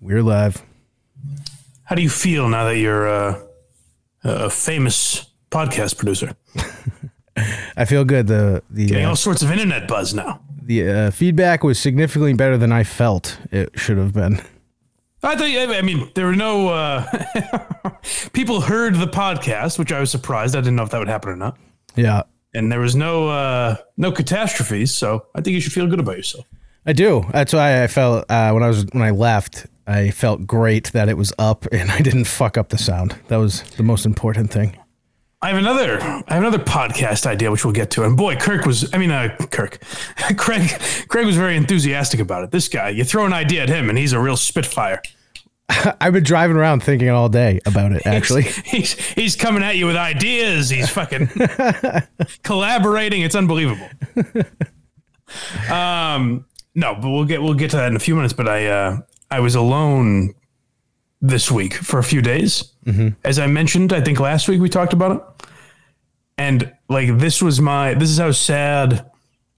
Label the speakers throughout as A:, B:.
A: We're live.
B: How do you feel now that you're uh, a famous podcast producer?
A: I feel good. The the
B: Getting
A: uh,
B: all sorts of internet buzz now.
A: the uh, feedback was significantly better than I felt it should have been.
B: I thought, I I mean, there were no uh, people heard the podcast, which I was surprised. I didn't know if that would happen or not.
A: Yeah,
B: And there was no uh, no catastrophes, so I think you should feel good about yourself.
A: I do. That's why I felt uh, when I was when I left, I felt great that it was up and I didn't fuck up the sound. That was the most important thing.
B: I have another I have another podcast idea which we'll get to. And boy, Kirk was I mean uh, Kirk. Craig Craig was very enthusiastic about it. This guy, you throw an idea at him and he's a real spitfire.
A: I've been driving around thinking all day about it. Actually,
B: He's he's coming at you with ideas. He's fucking collaborating. It's unbelievable. Um, no, but we'll get we'll get to that in a few minutes. But I uh, I was alone this week for a few days, as I mentioned. I think last week we talked about it, and like this was my this is how sad.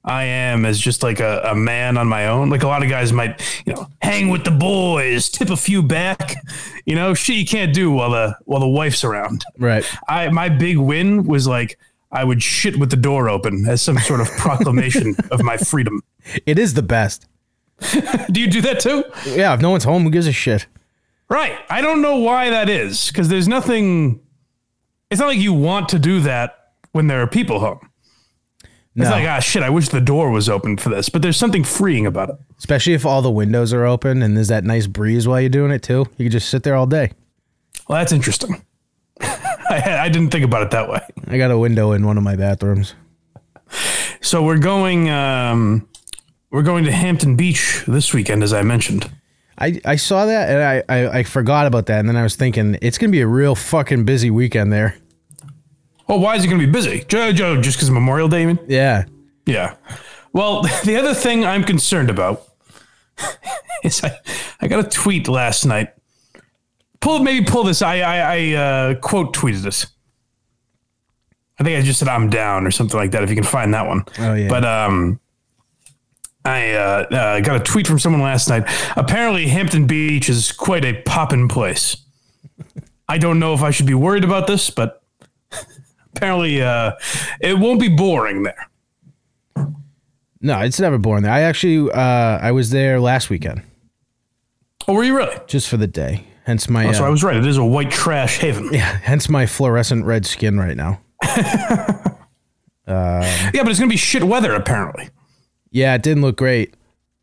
B: I am as just like a, a man on my own. Like a lot of guys might, you know, hang with the boys, tip a few back, you know, shit you can't do while the while the wife's around.
A: right?
B: I my big win was like I would shit with the door open as some sort of proclamation of my freedom.
A: It is the best.
B: Do you do that too?
A: Yeah, if no one's home, who gives a shit?
B: Right. I don't know why that is because there's nothing. It's not like you want to do that when there are people home.
A: No,
B: It's like ah shit. I wish the door was open for this, but there's something freeing about it.
A: especially if all the windows are open and there's that nice breeze while you're doing it too. You can just sit there all day.
B: Well, that's interesting. I, had- I didn't think about it that way.
A: I got a window in one of my bathrooms.
B: So we're going. Um, we're going to Hampton Beach this weekend, as I mentioned.
A: I, I saw that and I, I, I forgot about that and then I was thinking it's gonna be a real fucking busy weekend there.
B: Oh, why is it going to be busy? Joe, Joe, just because Memorial Day, you mean?
A: Yeah.
B: Yeah. Well, the other thing I'm concerned about is I, I got a tweet last night. Pull maybe pull this. I I, I uh, quote tweeted this. I think I just said I'm down or something like that. If you can find that one.
A: Oh, yeah.
B: But um, I uh, uh, got a tweet from someone last night. Apparently, Hampton Beach is quite a poppin' place. I don't know if I should be worried about this, but apparently, uh, it won't be boring there.
A: No, it's never boring there. I actually uh, I was there last weekend
B: Oh, were you really?
A: just for the day. Hence my
B: Oh, So
A: uh,
B: I was right. It is a white trash haven. Yeah,
A: hence my fluorescent red skin right now.
B: but it's gonna be shit weather apparently. It's
A: Yeah, it didn't look great.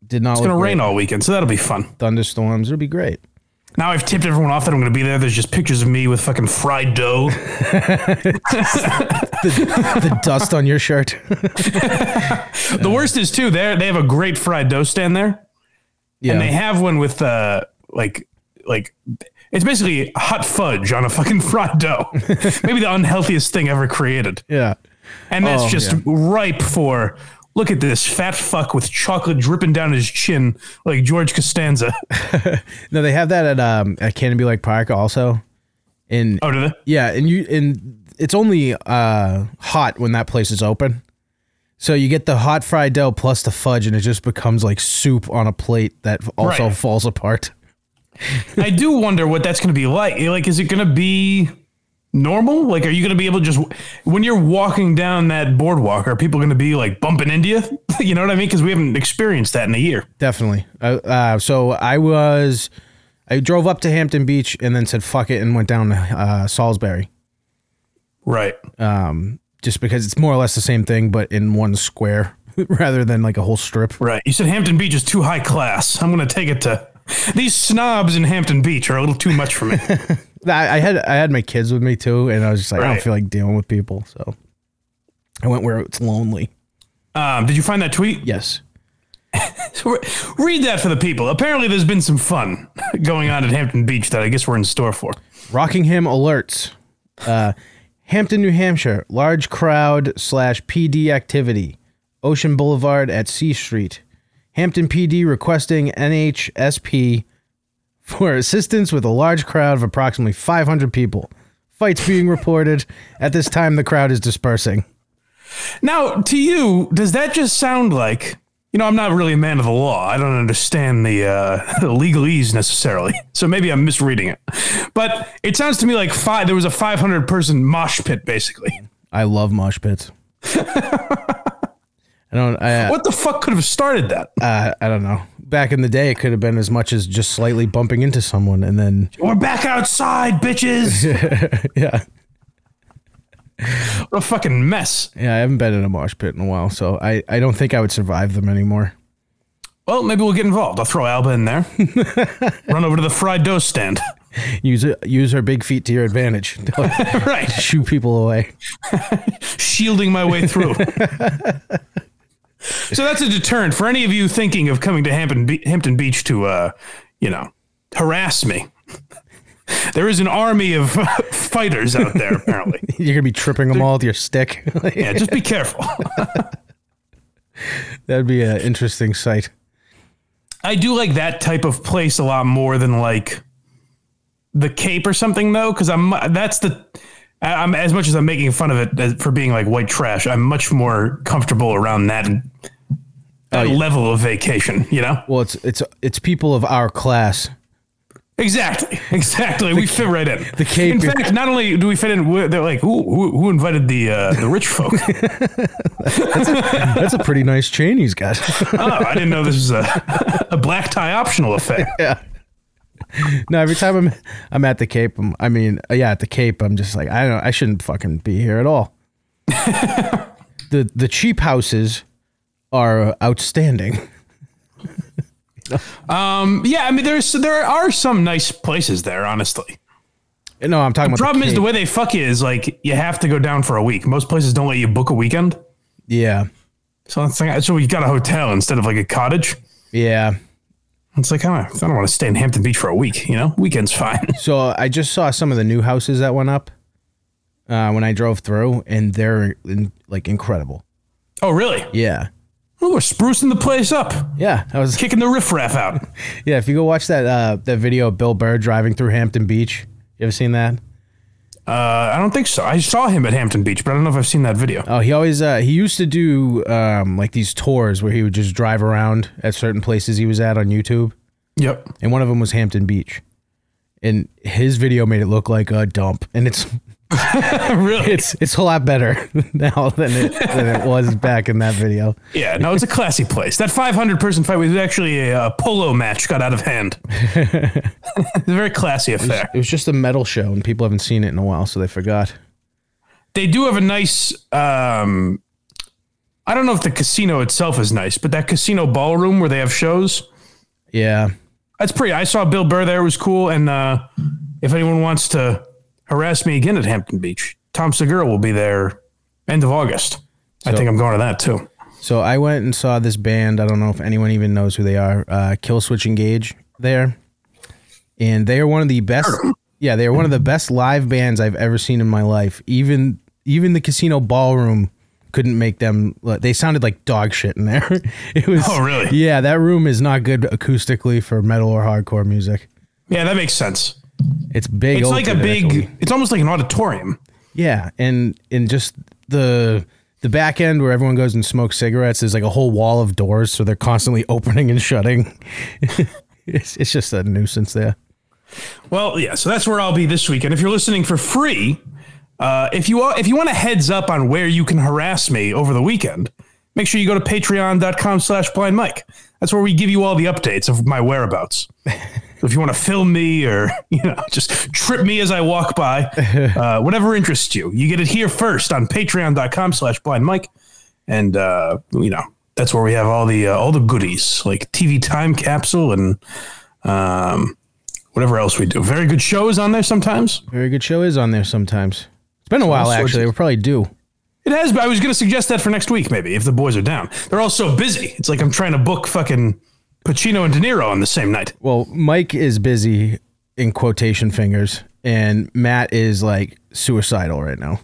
A: Did not it's
B: gonna rain all weekend, so that'll be fun.
A: thunderstorms. It'll be great.
B: Now I've tipped everyone off that I'm gonna be there. There's just pictures of me with fucking fried dough.
A: The dust on your shirt.
B: the worst is too. There they have a great fried dough stand there,
A: yeah.
B: and they have one with uh like like it's basically hot fudge on a fucking fried dough. Maybe the unhealthiest thing ever created,
A: yeah.
B: and that's
A: Oh,
B: just
A: yeah.
B: ripe for. Look at this fat fuck with chocolate dripping down his chin like George Costanza.
A: No, they have that at um at Canterbury Lake Park also. In
B: Oh, did they?
A: Yeah, and you and it's only uh, hot when that place is open. So you get the hot fried dough plus the fudge, and it just becomes like soup on a plate that also
B: Right.
A: falls apart.
B: I do wonder what that's going to be like. Like, is it going to be normal? Like, are you going to be able to just when you're walking down that boardwalk, are people going to be like bumping into you? you know what I mean? Because we haven't experienced that in a year.
A: Definitely. Uh, uh, so I was, I drove up to Hampton Beach and then said fuck it and went down to uh, Salisbury,
B: Right.
A: just because it's more or less the same thing, but in one square rather than like a whole strip.
B: Right. You said Hampton Beach is too high class. I'm going to take it to. These snobs in Hampton Beach are a little too much for me.
A: I, I had I had my kids with me too, and I was just like I don't
B: Right.
A: feel like dealing with people, so I went where it's lonely.
B: Um, did you find that tweet?
A: Yes.
B: Re- Read that for the people. Apparently, there's been some fun going on at Hampton Beach that I guess we're in store for.
A: Rockingham alerts. Uh, Hampton, New Hampshire, large crowd slash PD activity. Ocean Boulevard at C Street. Hampton PD requesting NHSP for assistance with a large crowd of approximately 500 people. Fights being reported. At this time, the crowd is dispersing.
B: Now, to you, does that just sound like you know, I'm not really a man of the law. I don't understand the, uh, the legalese necessarily. So maybe I'm misreading it. But it sounds to me like five, there was a 500 person mosh pit, basically.
A: I love mosh pits. I don't. I,
B: What the fuck could have started that?
A: uh, I don't know. Back in the day, it could have been as much as just slightly bumping into someone, and then
B: We're back outside, bitches.
A: yeah,
B: What a fucking mess.
A: yeah. I haven't been in a mosh pit in a while, so I I don't think I would survive them anymore.
B: Well, maybe we'll get involved. I'll throw Alba in there. Run over to the fried dough stand.
A: Use it, use her big feet to your advantage.
B: right.
A: Shoo people away.
B: Shielding my way through. so that's a deterrent for any of you thinking of coming to Hampton, Be- Hampton Beach to, uh, you know, harass me. There is an army of fighters out there, apparently.
A: You're gonna be tripping them all with your stick.
B: Yeah, just be careful.
A: That'd be an interesting sight.
B: I do like that type of place a lot more than like the Cape or something though, because I'm that's the I- I'm as much as I'm making fun of it as, for being like white trash. I'm much more comfortable around that that level of vacation. You know,
A: Well, it's it's it's people of our class.
B: exactly, exactly. we fit right in.
A: the Cape
B: In
A: is-
B: fact, not only do we fit in, we're- they're like, who who, who invited the uh, the rich folk?
A: That's a pretty nice chain he's got.
B: oh, I didn't know this was a a black tie optional effect.
A: no, every time I'm I'm at the Cape, I'm, I mean, uh, yeah, at the Cape, I'm just like, I don't, I shouldn't fucking be here at all. the the cheap houses are outstanding.
B: Um, yeah, I mean, there's there are some nice places there, honestly.
A: No, I'm talking about
B: Problem is the
A: Cape.
B: way they fuck you is like you have to go down for a week. Most places don't let you book a weekend,
A: yeah,
B: so it's like, so we got a hotel instead of like a cottage.
A: yeah.
B: It's like I don't, I don't want to stay in Hampton Beach for a week. You know, weekend's fine.
A: So I just saw some of the new houses that went up uh, when I drove through, and they're in, like incredible.
B: oh, really?
A: Yeah,
B: Oh, we're sprucing the place up,
A: yeah. I was
B: kicking the riffraff out.
A: yeah. If you go watch that uh, that video of Bill Burr driving through Hampton Beach, you ever seen that?
B: Uh, I don't think so. I saw him at Hampton Beach, but I don't know if I've seen that video.
A: Oh, he always uh, he used to do um, like these tours where he would just drive around at certain places he was at on YouTube,
B: Yep.
A: and one of them was Hampton Beach, and his video made it look like a dump, and it's
B: really?
A: it's it's a lot better now than it than it was back in that video.
B: Yeah. No, it's a classy place. That 500 person fight was actually a, uh polo match. Got out of hand. it's a very classy affair.
A: It was just a metal show, and people haven't seen it in a while, so they forgot.
B: they do have a nice um I don't know if the casino itself is nice, but that casino ballroom where they have shows,
A: Yeah,
B: that's pretty. I saw Bill Burr there, it was cool. And uh, if anyone wants to harass me again at Hampton Beach, Tom Segura will be there end of August. I think I'm going to that too.
A: so I went and saw this band. I don't know if anyone even knows who they are. Uh, Kill Switch Engage there, and they are one of the best. Yeah, they are one of the best live bands I've ever seen in my life. Even even the casino ballroom couldn't make them. They sounded like dog shit in there. It was.
B: Oh, really?
A: Yeah, that room is not good acoustically for metal or hardcore music.
B: Yeah, that makes sense.
A: It's big.
B: It's
A: old
B: like a
A: theater, actually.
B: big, it's almost like an auditorium.
A: Yeah, and and just the the back end where everyone goes and smokes cigarettes is like a whole wall of doors, so they're constantly opening and shutting. it's it's just a nuisance there.
B: Well, yeah, so that's where I'll be this week. And if you're listening for free, uh, if you are, if you want a heads up on where you can harass me over the weekend, make sure you go to patreon.com slash blind mike. That's where we give you all the updates of my whereabouts. if you want to film me or you know just trip me as I walk by, uh, whatever interests you, you get it here first on patreon.com slash blind mike. And uh, you know, that's where we have all the uh, all the goodies like TV time capsule and um, whatever else we do. Very good shows on there sometimes.
A: Very good show is on there sometimes. It's been a while
B: sorts
A: actually.
B: of-
A: We're probably due.
B: It has, but I was going to suggest that for next week, maybe, if the boys are down. They're all so busy. It's like I'm trying to book fucking Pacino and De Niro on the same night.
A: Well, Mike is busy in quotation fingers, and Matt is like suicidal right now.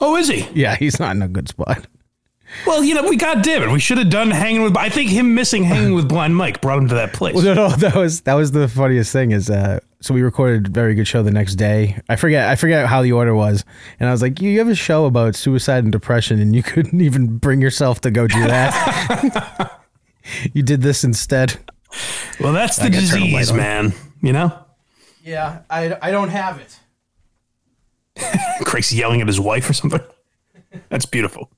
B: Oh, is he?
A: Yeah, he's not in a good spot.
B: Well, you know, we God damn it, we should have done hanging with. I think him missing hanging with Blind Mike brought him to that place.
A: No, no, that was that was the funniest thing is uh so we recorded very good show the next day. I forget I forget how the order was, and I was like, you, you have a show about suicide and depression, and you couldn't even bring yourself to go do that. you did this instead.
B: Well, that's the
A: gotta turn the light
B: disease,
A: on.
B: man. You know,
A: Yeah, I, I don't have it.
B: Craig's yelling at his wife or something. That's beautiful.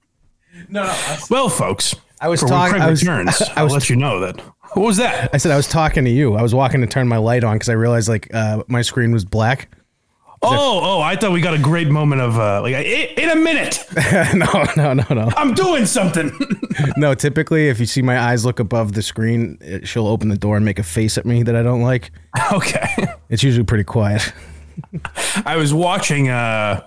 A: No, no. I,
B: Well, folks,
A: I was
B: for when
A: talking.
B: Craig
A: I was,
B: returns,
A: I
B: I'll
A: was.
B: let you know that. What was that?
A: I said I was talking to you. I was walking to turn my light on because I realized like uh, my screen was black.
B: Oh, oh! I thought we got a great moment of uh, like "I- in a minute.
A: no, no, no, no,
B: I'm doing something.
A: no. Typically, if you see my eyes look above the screen, it, she'll open the door and make a face at me that I don't like.
B: okay.
A: It's usually pretty quiet.
B: I was watching uh,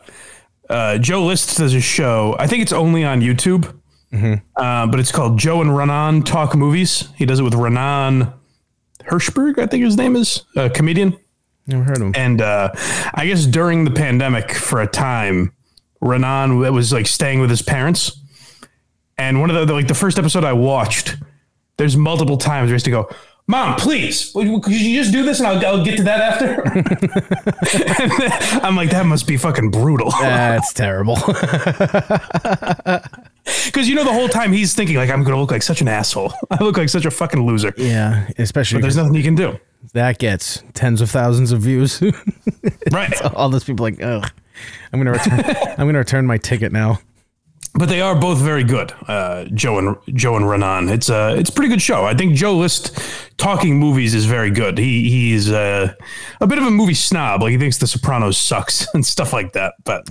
B: uh, Joe List does a show. I think it's only on YouTube, uh, but it's called Joe and Renan Talk Movies. He does it with Renan Hirschberg, I think his name is, a comedian.
A: Never heard of him.
B: And uh, I guess during the pandemic, for a time, Renan was like staying with his parents. And one of the like the first episode I watched, there's multiple times where he has to go, "Mom, please, w- w- could you just do this, and I'll, I'll get to that after." And then I'm like, that must be fucking brutal,
A: That's terrible.
B: because you know the whole time he's thinking like, "I'm gonna look like such an asshole. I look like such a fucking loser."
A: yeah, especially
B: There's nothing he can do,
A: that gets tens of thousands of views.
B: right?
A: All those people like, ugh. I'm gonna return. I'm gonna return my ticket now.
B: but they are both very good. Uh, Joe and Joe and Renan. It's a it's a pretty good show. I think Joe List talking movies is very good. He he's uh, a bit of a movie snob. Like he thinks The Sopranos sucks and stuff like that. But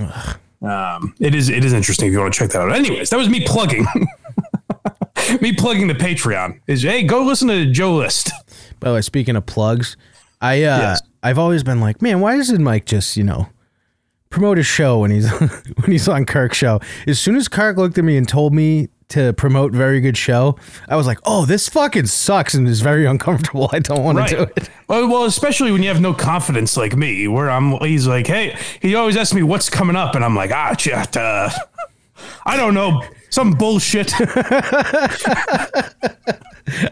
B: um, it is it is interesting if you want to check that out. Anyways, that was me plugging. me plugging the Patreon is hey go listen to Joe List.
A: By the way, speaking of plugs, I uh,
B: Yes.
A: I've always been like, man, why doesn't Mike just you know promote his show when he's when he's on Kirk's show? As soon as Kirk looked at me and told me to promote very good show, I was like, oh, this fucking sucks and is very uncomfortable. I don't want to do it.
B: Well, well, especially when you have no confidence like me, where I'm. He's like, hey, he always asks me what's coming up, and I'm like, ah, shit, uh, I don't know, some bullshit.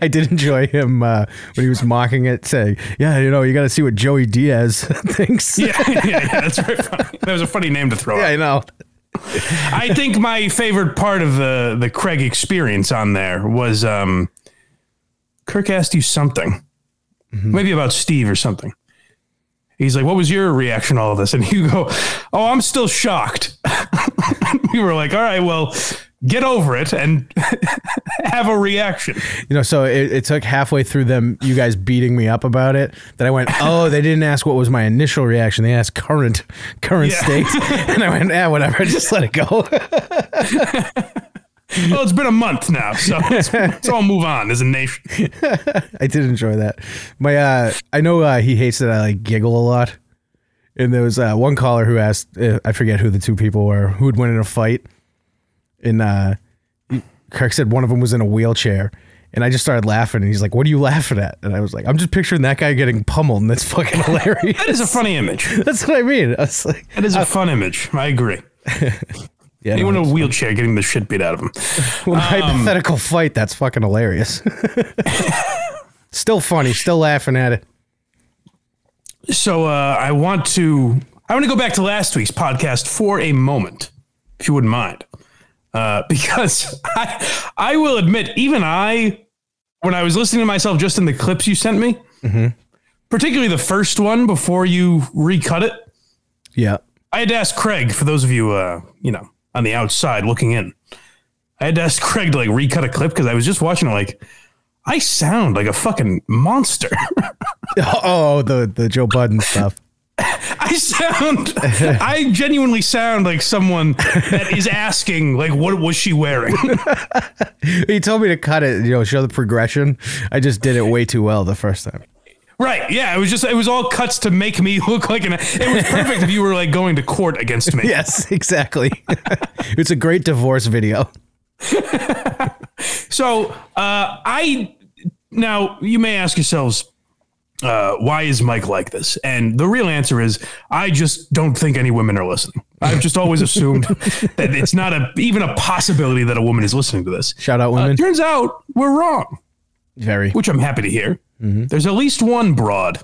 A: I did enjoy him uh, when he was mocking it, saying, yeah, you know, you got to see what Joey Diaz thinks.
B: yeah, yeah, yeah, that's very funny. That was a funny name to throw.
A: Yeah,
B: out.
A: I know.
B: I think my favorite part of the the Craig experience on there was um, Kirk asked you something, maybe about Steve or something. He's like, "What was your reaction to all this?" And you go, "Oh, I'm still shocked." we were like, "All right, well, get over it and have a reaction."
A: You know, so it, it took halfway through them, you guys beating me up about it, that I went, oh, they didn't ask what was my initial reaction. They asked current, current
B: Yeah.
A: state, and I went, yeah, whatever, just let it go.
B: well, it's been a month now, so let's, let's all move on as a nation.
A: I did enjoy that. My, uh, I know uh, he hates that I like giggle a lot, and there was uh, one caller who asked, uh, I forget who the two people were, who would win in a fight, and uh, Kirk said one of them was in a wheelchair. And I just started laughing, and he's like, "What are you laughing at?" And I was like, "I'm just picturing that guy getting pummeled, and that's fucking hilarious."
B: That is a funny image.
A: That's what I mean. I was like,
B: That is a fun image. I agree.
A: yeah,
B: Anyone in a wheelchair getting the shit beat out of them.
A: well, hypothetical fight. That's fucking hilarious. still funny. Still laughing at it.
B: So uh, I want to I want to go back to last week's podcast for a moment, if you wouldn't mind, uh, because I I will admit even I when I was listening to myself just in the clips you sent me, particularly the first one before you recut it,
A: Yeah.
B: I had to ask Craig for those of you uh, you know on the outside looking in. I had to ask Craig to like recut a clip because I was just watching it like I sound like a fucking monster.
A: Oh, the the Joe Budden stuff.
B: I sound, I genuinely sound like someone that is asking, like, what was she wearing?
A: He told me to cut it. You know, show the progression. I just did it way too well the first time.
B: right. Yeah. It was just, it was all cuts to make me look like an, it was perfect if you were like going to court against me.
A: Yes, exactly. it's a great divorce video.
B: So, uh, I, now you may ask yourselves, uh, why is Mike like this? And the real answer is, I just don't think any women are listening. I've just always assumed that it's not a, even a possibility that a woman is listening to this.
A: Shout out
B: Uh,
A: women.
B: turns out we're wrong.
A: Very.
B: which I'm happy to hear. There's at least one broad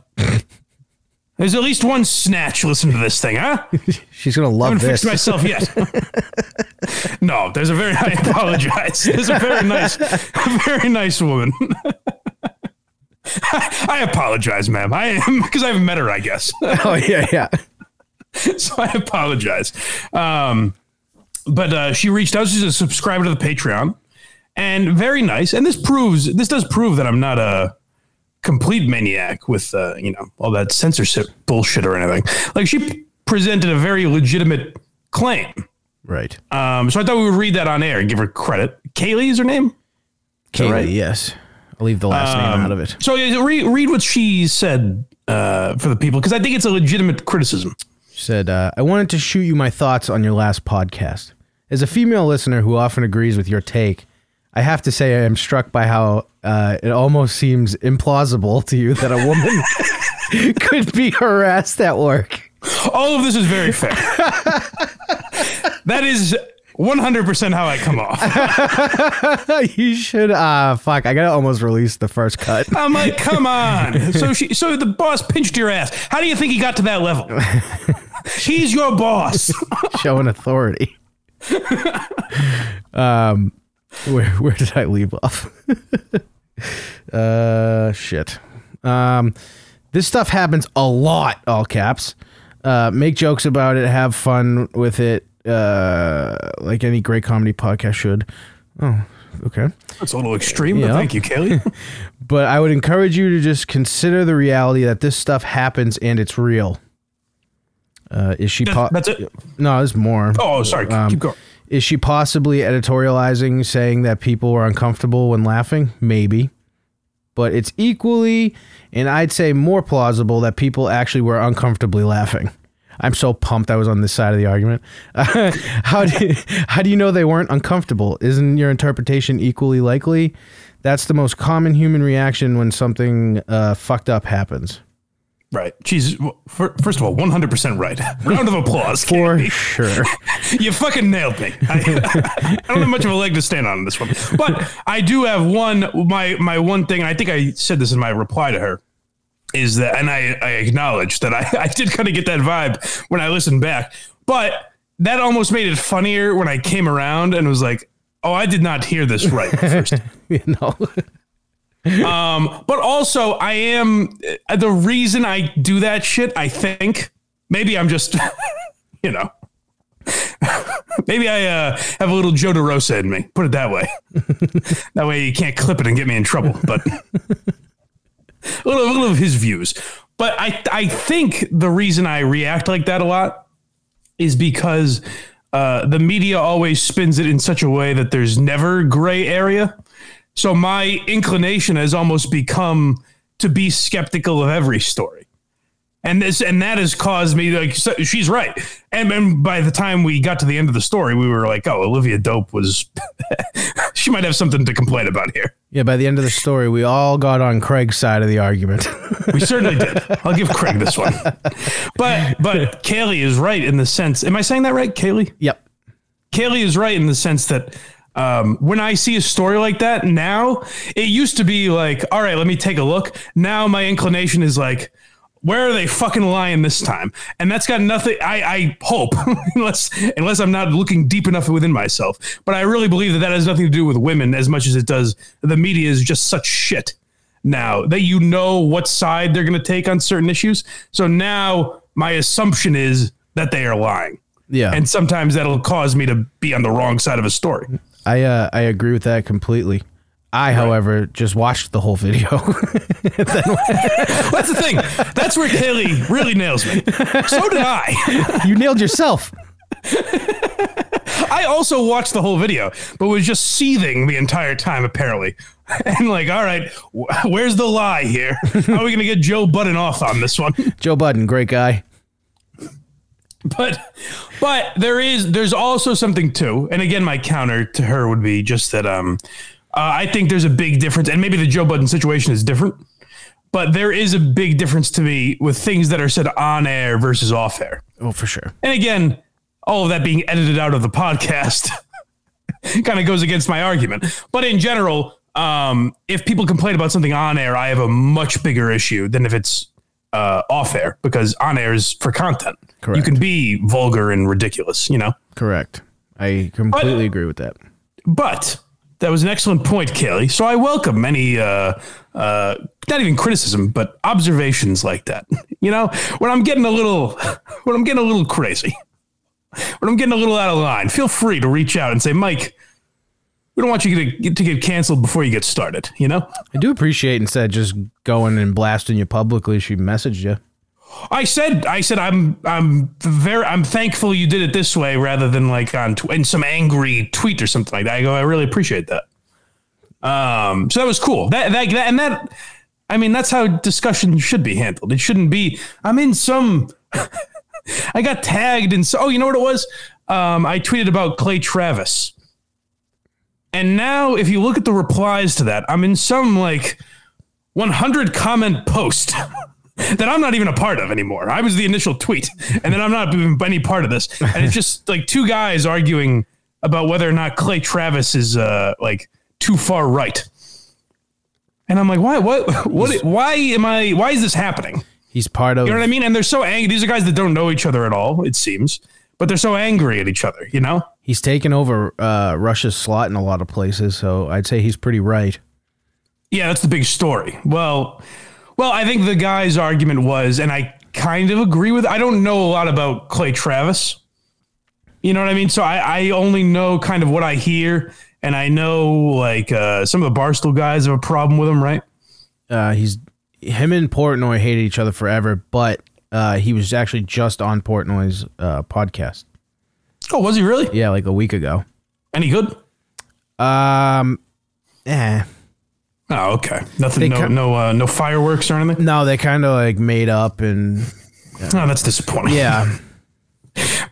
B: There's at least one snatch. Listen to this thing, huh?
A: She's gonna love
B: haven't
A: this.
B: fixed myself yet. no, there's a very. I apologize. There's a very nice, a very nice woman. I apologize, ma'am. I am because I haven't met her. I guess
A: oh yeah, yeah.
B: so I apologize. Um, but uh, she reached out. She's a subscriber to the Patreon, and very nice. And this proves this does prove that I'm not a complete maniac with uh, you know all that censorship bullshit or anything. Like she presented a very legitimate claim.
A: Right.
B: Um, so I thought we would read that on air and give her credit. Kaylee is her name.
A: Kaylee,
B: right.
A: yes. I'll leave the last name out of it.
B: So yeah, read, read what she said uh, for the people because I think it's a legitimate criticism.
A: She said, uh, I wanted to shoot you my thoughts on your last podcast. As a female listener who often agrees with your take, I have to say I am struck by how uh, it almost seems implausible to you that a woman could be harassed at work.
B: All of this is very fair. that is 100% how I come off.
A: you should, uh, fuck, I gotta almost release the first cut.
B: I'm like, come on. So she, so the boss pinched your ass. How do you think he got to that level? He's your boss.
A: showing authority. um, where where did I leave off? uh, shit. Um, this stuff happens a lot. All caps. Uh, make jokes about it. Have fun with it. Uh, like any great comedy podcast should. Oh, okay.
B: That's a little extreme, but
A: Yeah.
B: thank you, Kaylee.
A: But I would encourage you to just consider the reality that this stuff happens and it's real. Uh, is she? Po-
B: That's it.
A: no, there's more.
B: Oh, sorry.
A: Um,
B: Keep going.
A: Is she possibly editorializing, saying that people are uncomfortable when laughing? Maybe. But it's equally, and I'd say more plausible, that people actually were uncomfortably laughing. I'm so pumped I was on this side of the argument. how, do, how do you know they weren't uncomfortable? Isn't your interpretation equally likely? That's the most common human reaction when something uh, fucked up happens.
B: Right. She's, well, fir- first of all, 100% right. Round of applause.
A: For
B: Kaylee.
A: sure.
B: You fucking nailed me. I, I don't have much of a leg to stand on in this one, but I do have one. My my one thing. And I think I said this in my reply to her is that, and I I acknowledge that I I did kind of get that vibe when I listened back, but that almost made it funnier when I came around and was like, oh, I did not hear this right at first.
A: you know?
B: Um, But also, I am uh, the reason I do that shit. I think maybe I'm just, you know, maybe I uh, have a little Joe DeRosa in me. Put it that way. that way, you can't clip it and get me in trouble. But a little, a little of his views. But I, I think the reason I react like that a lot is because uh, the media always spins it in such a way that there's never gray area. So my inclination has almost become to be skeptical of every story. And this and that has caused me like so she's right. And, and by the time we got to the end of the story, we were like, oh, Olivia Dope was she might have something to complain about here.
A: Yeah, by the end of the story, we all got on Craig's side of the argument.
B: We certainly did. I'll give Craig this one. But but Kaylee is right in the sense. Am I saying that right, Kaylee?
A: yep.
B: Kaylee is right in the sense that um, when I see a story like that now, it used to be like, all right, let me take a look. Now my inclination is like, where are they fucking lying this time? And that's got nothing. I, I hope, unless unless I'm not looking deep enough within myself. But I really believe that that has nothing to do with women as much as it does. The media is just such shit now that you know what side they're going to take on certain issues. So now my assumption is that they are lying
A: Yeah.
B: and sometimes that'll cause me to be on the wrong side of a story.
A: I uh, I agree with that completely. I, however, just watched the whole video.
B: That's the thing. That's where Kaylee really nails me. So did I.
A: you nailed yourself.
B: I also watched the whole video, but was just seething the entire time, apparently. And like, all right, wh- where's the lie here? How are we going to get Joe Budden off on this one?
A: Joe Budden, great guy.
B: But, but there is there's also something too. And again, my counter to her would be just that um, uh, I think there's a big difference, and maybe the Joe Budden situation is different. But there is a big difference to me with things that are said on air versus off air.
A: Oh, for sure.
B: And again, all of that being edited out of the podcast kind of goes against my argument. But in general, um, if people complain about something on air, I have a much bigger issue than if it's uh, off air because on air is for content. You
A: Correct.
B: can be vulgar and ridiculous, you know.
A: Correct. I completely
B: uh,
A: agree with that.
B: But that was an excellent point, Kelly. So I welcome any, uh, uh, not even criticism, but observations like that. You know, when I'm getting a little, when I'm getting a little crazy, when I'm getting a little out of line, feel free to reach out and say, Mike, we don't want you to get, to get canceled before you get started. You know,
A: I do appreciate instead of just going and blasting you publicly, she messaged you.
B: I said, I said, I'm, I'm very, I'm thankful you did it this way rather than like on tw- in some angry tweet or something like that. I go, I really appreciate that. Um, so that was cool. That, that, that and that, I mean, that's how discussion should be handled. It shouldn't be. I'm in some. I got tagged in. So, oh, you know what it was? Um, I tweeted about Clay Travis, and now if you look at the replies to that, I'm in some like 100 comment post that I'm not even a part of anymore. I was the initial tweet, and then I'm not even any part of this. And it's just like two guys arguing about whether or not Clay Travis is uh, like too far right. And I'm like, why? What? What? Why am I? Why is this happening?
A: He's part of
B: You know what I mean? And they're so angry. These are guys that don't know each other at all, it seems, but they're so angry at each other. You know?
A: he's taken over uh, Russia's slot in a lot of places, so I'd say he's pretty right.
B: Yeah, that's the big story. Well, well, I think the guy's argument was, and I kind of agree with. I don't know a lot about Clay Travis. You know what I mean? So I, I only know kind of what I hear, and I know like uh, some of the Barstool guys have a problem with him, right?
A: Uh, he's him and Portnoy hated each other forever, but uh, he was actually just on Portnoy's uh, podcast.
B: Oh, was he really?
A: Yeah, like a week ago.
B: Any good?
A: Um, eh.
B: Oh, okay. Nothing.
A: They
B: no,
A: kin-
B: no, uh, no fireworks or anything.
A: No, they kind of like made up and
B: Oh, that's disappointing.
A: yeah.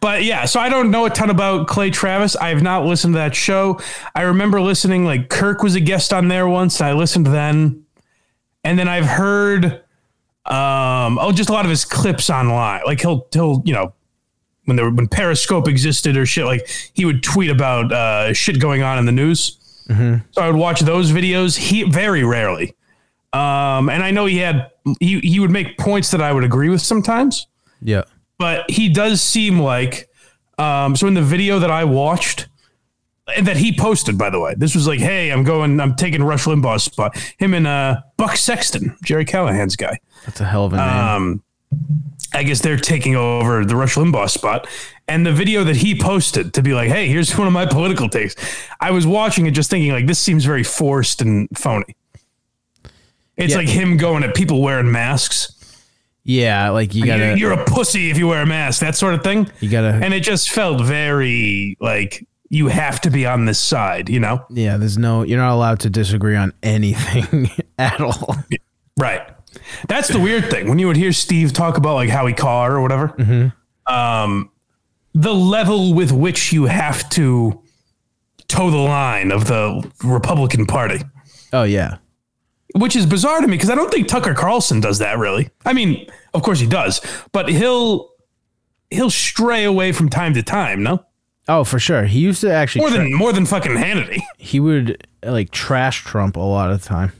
B: But yeah, so I don't know a ton about Clay Travis. I have not listened to that show. I remember listening, like Kirk was a guest on there once, and I listened then. And then I've heard um oh just a lot of his clips online. Like he'll he'll, you know, when there were, when Periscope existed or shit, like he would tweet about uh shit going on in the news. So I would watch those videos. He very rarely. Um, and I know he had he he would make points that I would agree with sometimes
A: yeah.
B: but he does seem like um, so in the video that I watched and that he posted by the way this was like hey I'm going I'm taking Rush Limbaugh's spot him and uh, Buck Sexton Jerry Callahan's guy Um,
A: That's a hell of a name.
B: Uh, I guess they're taking over the Rush Limbaugh spot and the video that he posted to be like hey here's one of my political takes I was watching it just thinking like this seems very forced and phony it's
A: Yeah.
B: like him going at people wearing masks
A: yeah, like you gotta.
B: you're, you're a pussy if you wear a mask, that sort of thing.
A: You gotta-
B: And it just felt very like you have to be on this side, you know?
A: yeah, there's no. You're not allowed to disagree on anything at all.
B: Right. That's the weird thing. When you would hear Steve talk about like Howie Carr or whatever, um, the level with which you have to toe the line of the Republican Party,
A: Oh yeah.
B: which is bizarre to me because I don't think Tucker Carlson does that really. I mean, of course he does, but he'll he'll stray away from time to time, no?
A: Oh, for sure. He used to actually.
B: More
A: tra-
B: than more than fucking Hannity.
A: he would uh, like trash Trump a lot of the time.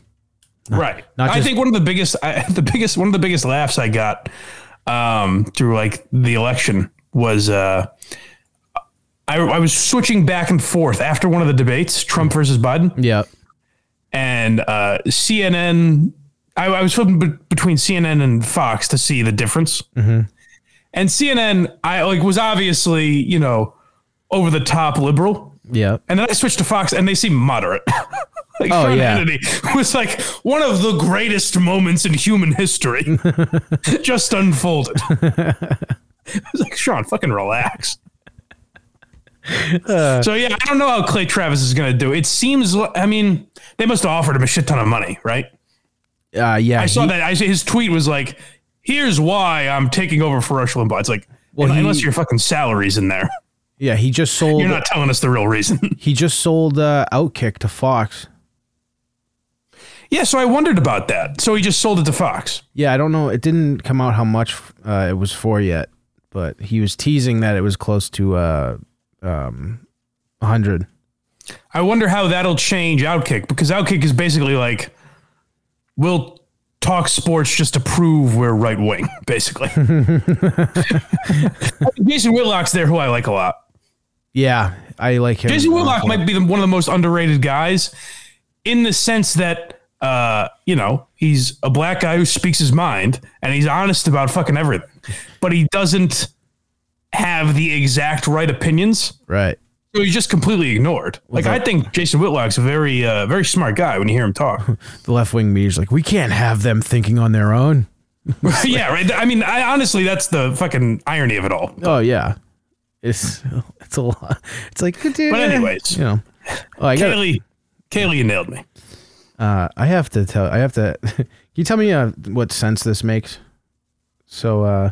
B: right
A: not
B: i
A: just-
B: think one of the biggest I, the biggest one of the biggest laughs i got um through like the election was uh I, I was switching back and forth after one of the debates trump
A: Mm-hmm.
B: versus biden
A: Yeah.
B: and uh cnn i, I was flipping be- between cnn and fox to see the difference
A: Mm-hmm.
B: and cnn i like was obviously you know over the top liberal
A: Yeah.
B: and then I switched to Fox, and they seem moderate. like
A: Oh,
B: Sean
A: yeah.
B: Hannity was like one of the greatest moments in human history, just unfolded. I was like, Sean, fucking relax.
A: Uh.
B: so yeah, I don't know how Clay Travis is going to do. It seems, li- I mean, they must have offered him a shit ton of money, right?
A: Uh, yeah.
B: I saw that. I see his tweet was like, "Here's why I'm taking over for Rush Limbaugh." It's like,
A: Well, he-
B: unless your fucking salary's in there,
A: Yeah. He just sold.
B: you're not telling us the real reason.
A: he just sold uh, Outkick to Fox.
B: Yeah, so I wondered about that. So he just sold it to Fox.
A: Yeah, I don't know. It didn't come out how much uh, it was for yet, but he was teasing that it was close to uh, um, 100.
B: I wonder how that'll change Outkick because Outkick is basically like, we'll talk sports just to prove we're right wing, basically. Jason Whitlock's there, who I like a lot.
A: Yeah, I like him.
B: Jason Whitlock might be the, one of the most underrated guys in the sense that, uh, you know, he's a black guy who speaks his mind and he's honest about fucking everything, but he doesn't have the exact right opinions.
A: right.
B: So he's just completely ignored. Like, I think Jason Whitlock's a very, uh, very smart guy when you hear him talk.
A: The left wing media's like, we can't have them thinking on their own.
B: yeah, right. I mean, I honestly, that's the fucking irony of it all.
A: Oh yeah, it's it's a lot. It's like, dude,
B: But anyways.
A: you know, oh, I got.
B: Kaylee, Kaylee, you nailed me.
A: Uh, I have to tell. I have to. Can you tell me uh, what sense this makes? So, uh,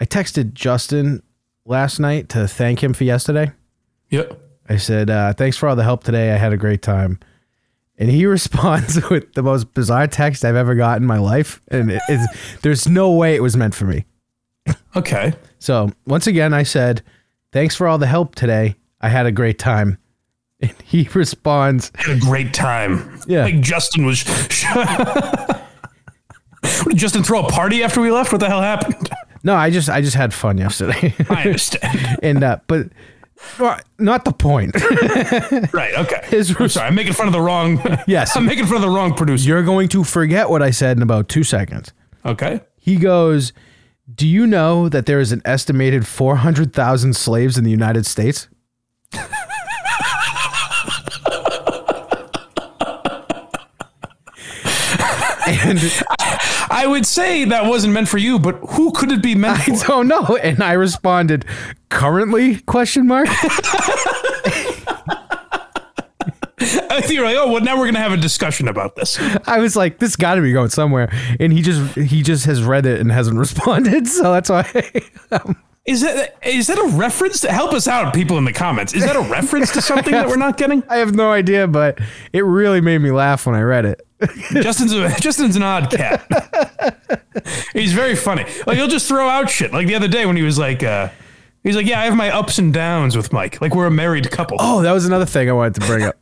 A: I texted Justin last night to thank him for yesterday.
B: Yep.
A: I said, uh, "Thanks for all the help today. I had a great time." And he responds with the most bizarre text I've ever gotten in my life, and it is, there's no way it was meant for me.
B: Okay.
A: So once again, I said, "Thanks for all the help today. I had a great time." And he responds,
B: Had a great time.
A: Yeah.
B: Like Justin was. What, did Justin throw a party after we left? What the hell happened?
A: "No, I just I just had fun yesterday."
B: I understand.
A: and uh, but well, not the point.
B: right. Okay.
A: His
B: I'm sorry. I'm making fun of the wrong.
A: Yes.
B: I'm making fun of the wrong producer.
A: You're going to forget what I said in about two seconds.
B: Okay.
A: He goes, "Do you know that there is an estimated four hundred thousand slaves in the United States?" and
B: I would say that wasn't meant for you, but who could it be meant
A: I
B: for?
A: don't know. And I responded, currently question mark.
B: I think you're like, oh, well, now we're gonna have a discussion about this.
A: I was like, this gotta be going somewhere. And he just he just has read it and hasn't responded. So that's why
B: Is that is that a reference? To, help us out, people in the comments. Is that a reference to something that we're not getting?
A: I have no idea, but it really made me laugh when I read it.
B: Justin's a, Justin's an odd cat. he's very funny. Like he'll just throw out shit. Like the other day when he was like, uh, he's like, yeah, I have my ups and downs with Mike. Like we're a married couple.
A: Oh, that was another thing I wanted to bring up.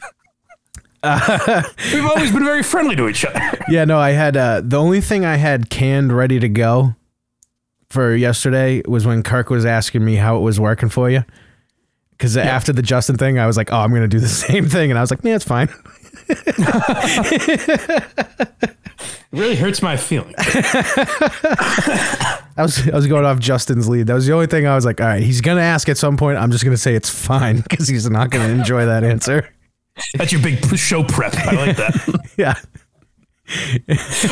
B: We've always been very friendly to each other.
A: yeah, no, I had uh the only thing I had canned ready to go for yesterday was when Kirk was asking me how it was working for you. Cause after the Justin thing, I was like, Oh, I'm gonna do the same thing. And I was like, Yeah, it's fine.
B: It really hurts my feelings.
A: I was I was going off Justin's lead. That was the only thing I was like, all right, he's gonna ask at some point. I'm just gonna say it's fine because he's not gonna enjoy that answer.
B: That's your big p- show prep. I like that.
A: Yeah,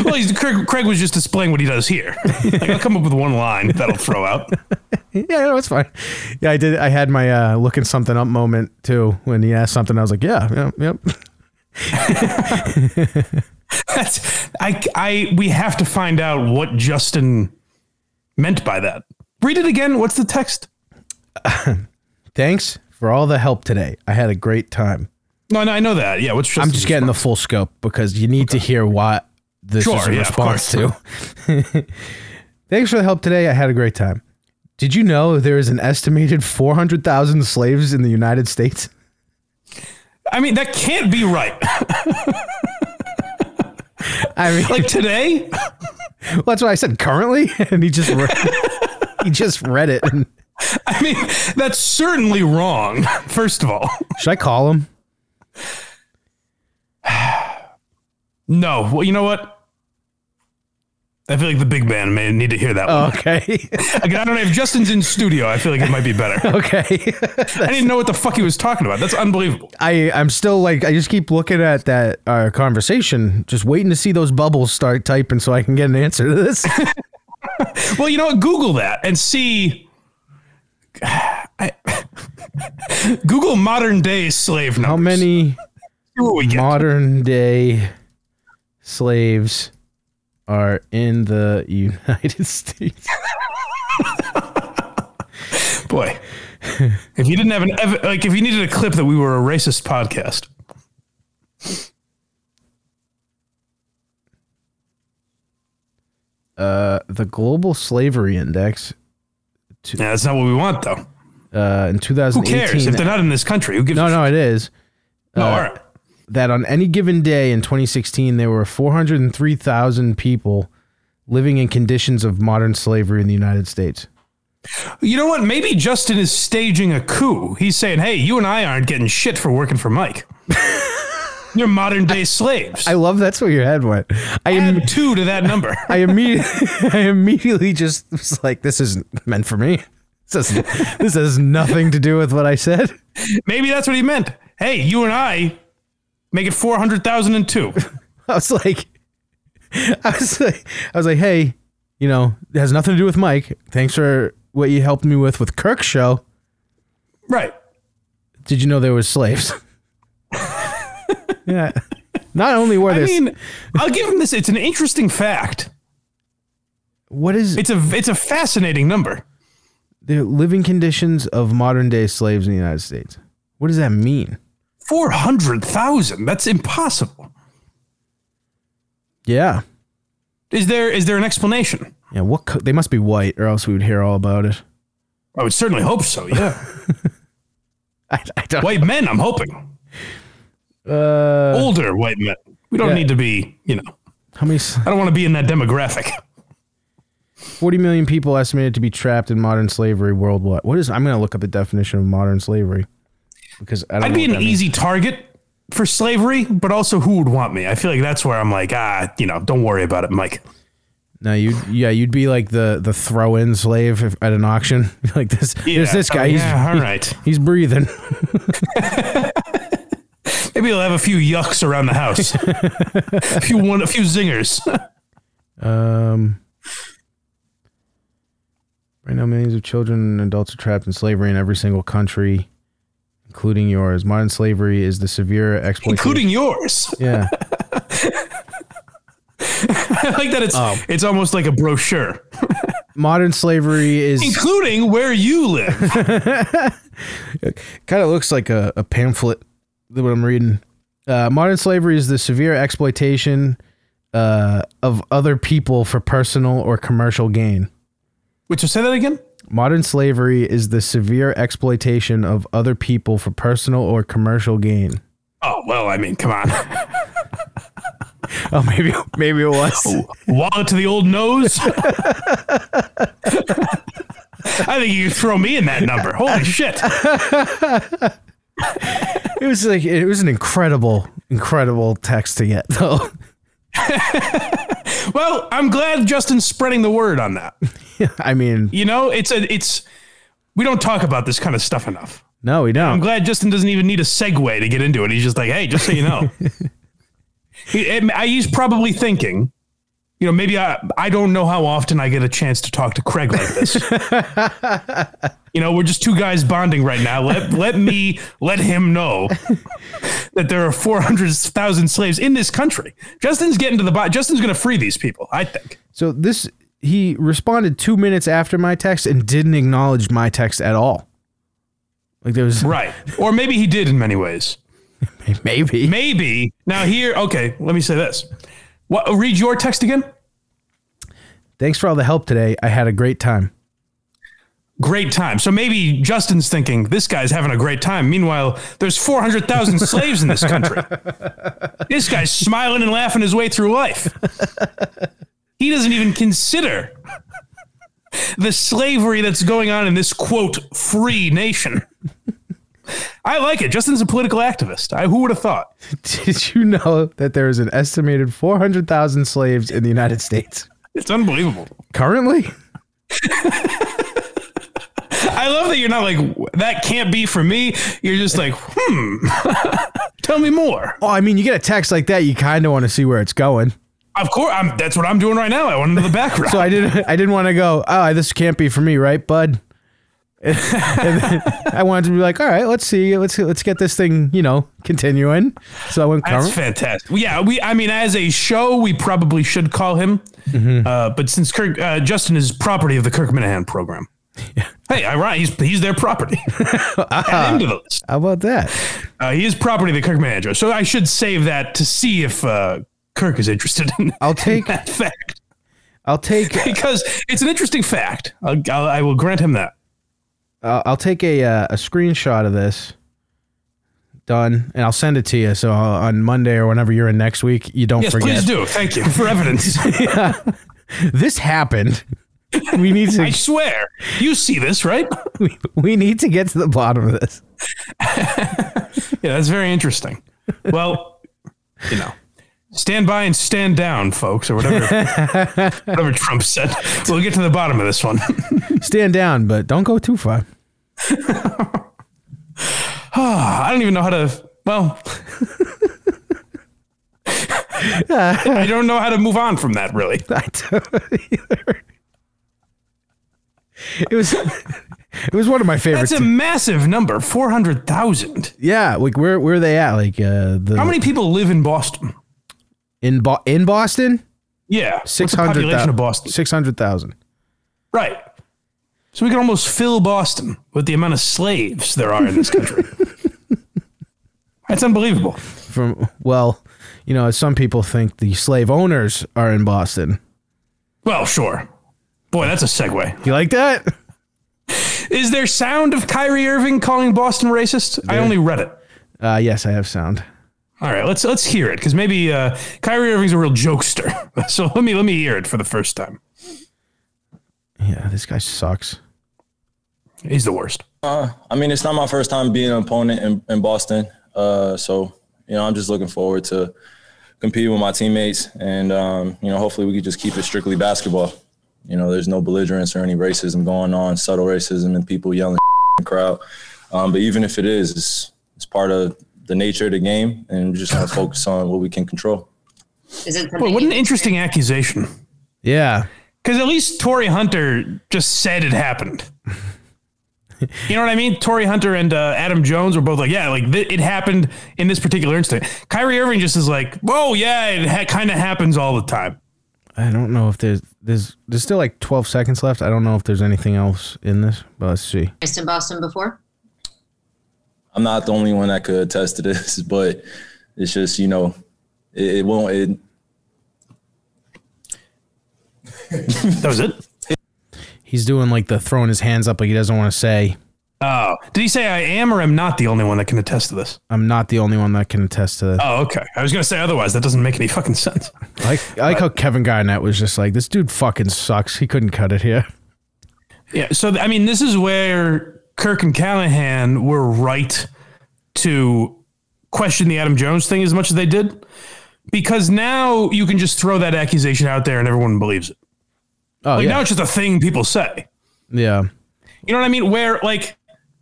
B: well, he's, Craig, Craig was just displaying what he does here. Like, I'll come up with one line that'll throw out.
A: yeah, no, it's fine. Yeah, I did. I had my uh, looking something up moment too when he asked something. I was like, yeah, yep, yep.
B: That's I I we have to find out what Justin meant by that. Read it again. What's the text?
A: Thanks for all the help today. I had a great time.
B: No, no, I know that. Yeah, what's Justin's
A: I'm just getting the full scope because you need to hear what this
B: Sure,
A: is a
B: yeah, of
A: response
B: course.
A: to. Thanks for the help today. I had a great time. Did you know there is an estimated 400,000 slaves in the United States?
B: I mean, that can't be right.
A: I mean,
B: Like today?
A: well, that's what I said currently, and he just re- he just read it. And
B: I mean, that's certainly wrong, first of all.
A: should I call him?
B: No. Well, you know what? I feel like the big man may need to hear that one.
A: Okay,
B: Again, I don't know if Justin's in studio. I feel like it might be better.
A: okay.
B: I didn't know what the fuck he was talking about. That's unbelievable.
A: I I'm still like I just keep looking at that uh, conversation, just waiting to see those bubbles start typing so I can get an answer to this.
B: Well, you know what? Google that and see. I, Google modern day slave numbers.
A: How many
B: See what we get.
A: modern day slaves are in the United States?
B: Boy, if you didn't have an ev- like, if you needed a clip that we were a racist podcast,
A: Uh, the global slavery index
B: yeah, that's not what we want, though.
A: uh, in
B: Who cares
A: 2018.
B: if they're not in this country? Who gives?
A: no,
B: a
A: no, it is.
B: no. all right.
A: that on any given day in 2016, there were 403,000 people living in conditions of modern slavery in the United States.
B: You know what? Maybe Justin is staging a coup. He's saying, hey, you and I aren't getting shit for working for Mike. You're modern day slaves.
A: I love that's where your head went. I am.
B: Add two to that number.
A: I immediately, I immediately just was like, "This isn't meant for me. This doesn't, this has nothing to do with what I said."
B: Maybe that's what he meant. Hey, you and I make it 400,002.
A: I was like, I was like, I was like, "Hey, you know, it has nothing to do with Mike. Thanks for what you helped me with with Kirk's show.
B: Right.
A: Did you know there was slaves?" yeah. Not only were
B: I
A: there,
B: mean, I'll give him this. It's an interesting fact.
A: what is
B: It's a it's a fascinating number.
A: the living conditions of modern day slaves in the United States? What does that mean?
B: 400,000. That's impossible.
A: Yeah.
B: Is there is there an explanation?
A: Yeah, what co- they must be white, or else we would hear all about it.
B: I would certainly hope so. Yeah.
A: I, I don't.
B: white men, I'm hoping.
A: Uh,
B: Older white men. We don't
A: Yeah.
B: need to be, you know.
A: how many? s-
B: I don't want to be in that demographic.
A: Forty million people estimated to be trapped in modern slavery worldwide. What is? I'm gonna look up the definition of modern slavery because I don't.
B: I'd
A: know
B: be
A: what
B: an
A: that means.
B: easy target for slavery, but also who would want me? I feel like that's where I'm like, ah, you know, don't worry about it, Mike.
A: No, you. Yeah, you'd be like the the throw in slave if, at an auction. like this. There's
B: Yeah.
A: this guy.
B: Oh,
A: He's
B: yeah, all right.
A: he's breathing.
B: Maybe I'll have a few yucks around the house. a few one, a few zingers.
A: Um, right now, millions of children and adults are trapped in slavery in every single country, including yours. Modern slavery is the severe exploitation.
B: including yours.
A: yeah,
B: I like that it's it's almost like a brochure,
A: modern slavery is
B: including where you live.
A: kind of looks like a, a pamphlet. What I'm reading. Uh, modern slavery is the severe exploitation uh, of other people for personal or commercial gain.
B: Wait, so say that again.
A: Modern slavery is the severe exploitation of other people for personal or commercial gain.
B: Oh well, I mean, come on.
A: Oh, maybe maybe it was.
B: Wallet to the old nose. I think you could throw me in that number. Holy shit!
A: It was like it was an incredible, incredible text to get though.
B: Well, I'm glad Justin's spreading the word on that.
A: I mean,
B: You know, it's a it's. We don't talk about this kind of stuff enough.
A: no, we
B: I'm
A: don't.
B: glad Justin doesn't even need a segue to get into it. He's just like, hey, just so you know. He- and I- he's probably thinking, you know, maybe I, I don't know how often I get a chance to talk to Craig like this. you know, we're just two guys bonding right now. Let, let me let him know that there are 400,000 slaves in this country. Justin's getting to the bottom. Justin's going to free these people, I think.
A: So this he responded two minutes after my text and didn't acknowledge my text at all. Like there was
B: Right. Or maybe he did in many ways.
A: maybe
B: Maybe. Now, here, okay, let me say this. What, read your text again.
A: thanks for all the help today. I had a great time.
B: great time. So maybe Justin's thinking this guy's having a great time. Meanwhile, there's 400,000 slaves in this country. This guy's smiling and laughing his way through life. He doesn't even consider the slavery that's going on in this quote free nation. I like it. Justin's a political activist. I, who would have thought?
A: Did you know that there is an estimated four hundred thousand slaves in the United States
B: It's unbelievable.
A: currently?
B: I love that you're not like that can't be for me. You're just like, "Hmm. Tell me more."
A: Oh, I mean, you get a text like that, you kind of want to see where it's going.
B: Of course, I'm, that's what I'm doing right now. I went into the background.
A: So I didn't. I didn't want to go. Oh, this can't be for me, right, bud? And then I wanted to be like, all right, let's see, let's let's get this thing, you know, continuing. So I went
B: that's
A: current.
B: fantastic. Yeah, we. I mean, as a show, we probably should call him.
A: Mm-hmm.
B: Uh, but since Kirk uh, Justin is property of the Kirk Minahan program, hey, ironic, he's he's their property. Add him to the list.
A: How about that?
B: Uh, he is property of the Kirk Minahan. show. So I should save that to see if uh, Kirk is interested in
A: I'll take.
B: that fact
A: I'll take.
B: because it's an interesting fact. I'll, I'll, I will grant him that.
A: I'll I'll take a uh, a screenshot of this done, and I'll send it to you. So I'll, on Monday or whenever you're in next week, you don't
B: Yes,
A: forget
B: please do. Thank you for evidence.
A: this happened. We need
B: I
A: to
B: swear. You see this, right?
A: we, we need to get to the bottom of this.
B: Yeah, that's very interesting. Well, you know, stand by and stand down, folks, or whatever whatever Trump said. We'll get to the bottom of this one.
A: Stand down, but don't go too far.
B: Ah, I don't even know how to. Well, I don't know how to move on from that. Really,
A: I don't either. It was it was one of my favorites.
B: that's a massive number, four hundred thousand.
A: yeah, like where where are they at? Like uh, the
B: How many people live in Boston?
A: in Bo- in Boston,
B: Yeah, what's the
A: six hundred
B: population of Boston,
A: Six hundred thousand.
B: right? So we can almost fill Boston with the amount of slaves there are in this country. that's unbelievable.
A: From well, you know, some people think the slave owners are in Boston.
B: Well, sure. Boy, that's a segue.
A: You like that?
B: Is there sound of Kyrie Irving calling Boston racist? I only read it.
A: Uh, yes, I have sound.
B: All right, let's let's hear it because maybe uh, Kyrie Irving's a real jokester. so let me let me hear it for the first time.
A: Yeah, this guy sucks.
B: He's the worst.
C: Uh, I mean, it's not my first time being an opponent in, in Boston. Uh, so, you know, I'm just looking forward to competing with my teammates. And, um, you know, hopefully we could just keep it strictly basketball. You know, there's no belligerence or any racism going on, subtle racism and people yelling in the crowd. Um, but even if it is, it's, it's part of the nature of the game. And we just want to focus on what we can control.
D: Is it something
B: Boy, what
D: you
B: an
D: can
B: interesting accusation.
A: Yeah,
B: Because at least Tory Hunter just said it happened. You know what I mean? Tory Hunter and uh, Adam Jones were both like, "Yeah, like th- it happened in this particular incident." Kyrie Irving just is like, "Whoa, yeah, it ha- kind of happens all the time."
A: I don't know if there's there's there's still like twelve seconds left. I don't know if there's anything else in this, but let's see.
D: race in Boston before?
C: I'm not the only one that could attest to this, but it's just, you know, it, it won't, it,
B: That was it.
A: He's doing like the throwing his hands up like he doesn't want to say.
B: Oh, did he say I am or am not the only one that can attest to this?
A: I'm not the only one that can attest to this.
B: Oh, okay. I was gonna say otherwise. That doesn't make any fucking sense.
A: I like, I like how Kevin Garnett was just like, this dude fucking sucks. He couldn't cut it here.
B: Yeah. So I mean, this is where Kirk and Callahan were right to question the Adam Jones thing as much as they did, because now you can just throw that accusation out there and everyone believes it.
A: Oh
B: Like now
A: yeah,
B: it's just a thing people say.
A: yeah,
B: You know what I mean? Where like,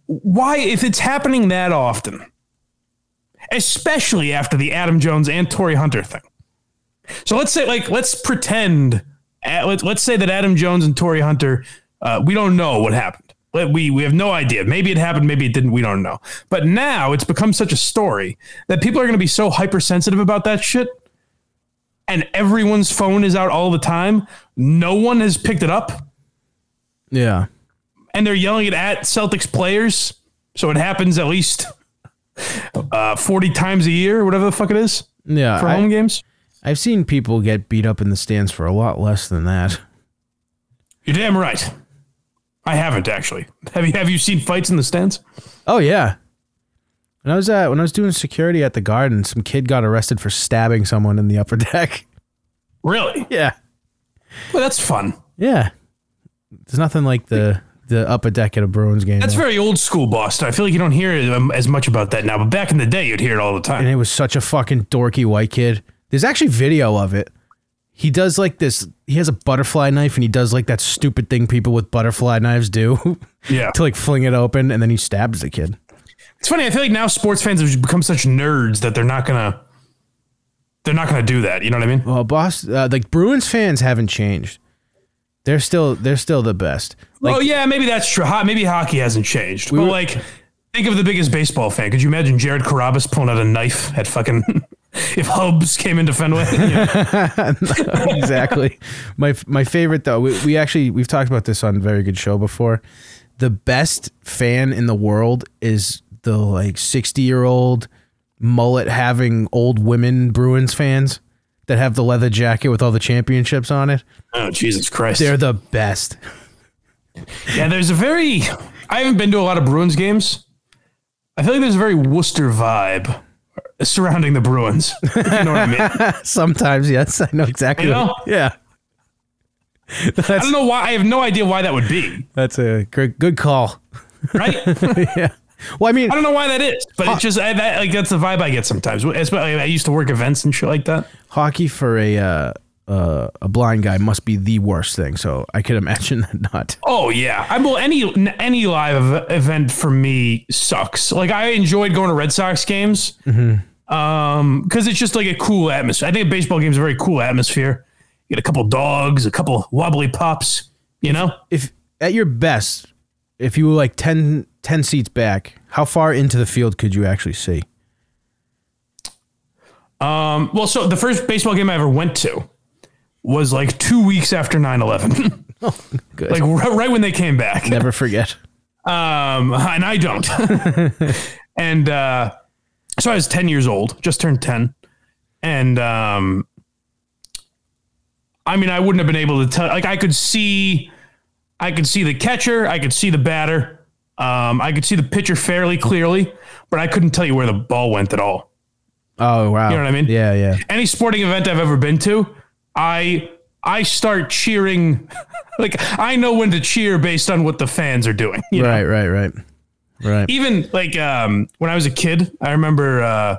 B: why if it's happening that often, especially after the Adam Jones and Tory Hunter thing. So let's say like let's pretend uh, let, let's say that Adam Jones and Tory Hunter uh, we don't know what happened. Let- We we have no idea. Maybe it happened. Maybe it didn't. We don't know. But now it's become such a story that people are going to be so hypersensitive about that shit. And everyone's phone is out all the time. No one has picked it up
A: yeah.
B: and they're yelling it at Celtics players. So it happens at least uh, 40 times a year, whatever the fuck it is,
A: Yeah,
B: for
A: I,
B: home games.
A: I've seen people get beat up in the stands for a lot less than that.
B: You're damn right. I haven't actually. Have you have you seen fights in the stands?
A: Oh yeah. When I was at, when I was doing security at the garden, some kid got arrested for stabbing someone in the upper deck.
B: Really?
A: Yeah,
B: Well, that's fun.
A: yeah. There's nothing like the the upper deck at a Bruins game.
B: That's
A: though.
B: very old school Boston. I feel like you don't hear it, um, as much about that now, but back in the day, you'd hear it all the
A: and
B: time.
A: it was such a fucking dorky white kid. There's actually video of it. He does like this. He has a butterfly knife, and he does like that stupid thing people with butterfly knives do.
B: Yeah,
A: to like fling it open and then he stabs the kid.
B: it's funny. I feel like now sports fans have just become such nerds that they're not gonna they're not gonna do that. You know what I mean?
A: Well, boss, uh, like Bruins fans haven't changed. They're still they're still the best. Like
B: oh yeah, maybe that's true. Ho- Maybe hockey hasn't changed. but
A: were-
B: like, think of the biggest baseball fan. Could you imagine Jared Carabas pulling out a knife at fucking if Hubs came into Fenway? Yeah.
A: exactly. My my favorite though. We, we actually we've talked about this on very good show before. The best fan in the world is the like 60-year-old mullet having old women Bruins fans that have the leather jacket with all the championships on it.
B: oh Jesus Christ!
A: They're the best.
B: yeah, there's a very. I haven't been to a lot of Bruins games. I feel like there's a very Worcester vibe surrounding the Bruins. if you know what I mean? I
A: Sometimes, yes, I know exactly.
B: You
A: what-
B: know?
A: Yeah,
B: don't know why. I have no idea why that would be.
A: that's a good good call.
B: Right? I
A: yeah. Well, I mean,
B: don't know why that is, but it's just I, that, like that's the vibe I get sometimes. Especially I used to work events and shit like that.
A: hockey for a uh, uh, a blind guy must be the worst thing. So I could imagine that not.
B: Oh yeah, I well any any live ev- event for me sucks. Like I enjoyed going to Red Sox games, um, because it's just like a cool atmosphere. I think a baseball games a very cool atmosphere. You get a couple dogs, a couple wobbly pops, you know.
A: If at your best, if you were like 10, 10 seats back, how far into the field could you actually see?
B: Um, well, so the first baseball game I ever went to was like two weeks after 9-11.
A: Good.
B: like right, right when they came back.
A: Never forget.
B: um, and I don't. and uh, so I was ten years old, just turned ten, and um, I mean, I wouldn't have been able to tell. Like, I could see, I could see the catcher, I could see the batter, um, I could see the pitcher fairly clearly, but I couldn't tell you where the ball went at all
A: Oh wow. You
B: know what I mean?
A: Yeah, yeah.
B: any sporting event I've ever been to, I I start cheering. like I know when to cheer based on what the fans are doing. you know?
A: Right, right, right, right.
B: Even like um, when I was a kid, I remember uh,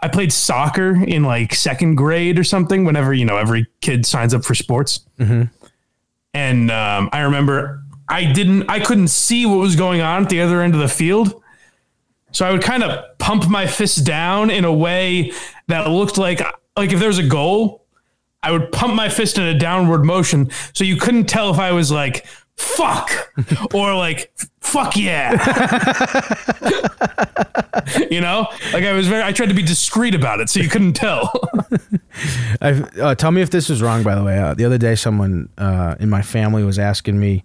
B: I played soccer in like second grade or something. Whenever you know every kid signs up for sports, and um, I remember I didn't, I couldn't see what was going on at the other end of the field. So I would kind of pump my fist down in a way that looked like like if there was a goal, I would pump my fist in a downward motion so you couldn't tell if I was like fuck or like fuck yeah. you know? Like I was very I tried to be discreet about it so you couldn't tell.
A: i uh, tell me if this is wrong, by the way. Uh, the other day, someone uh, in my family was asking me.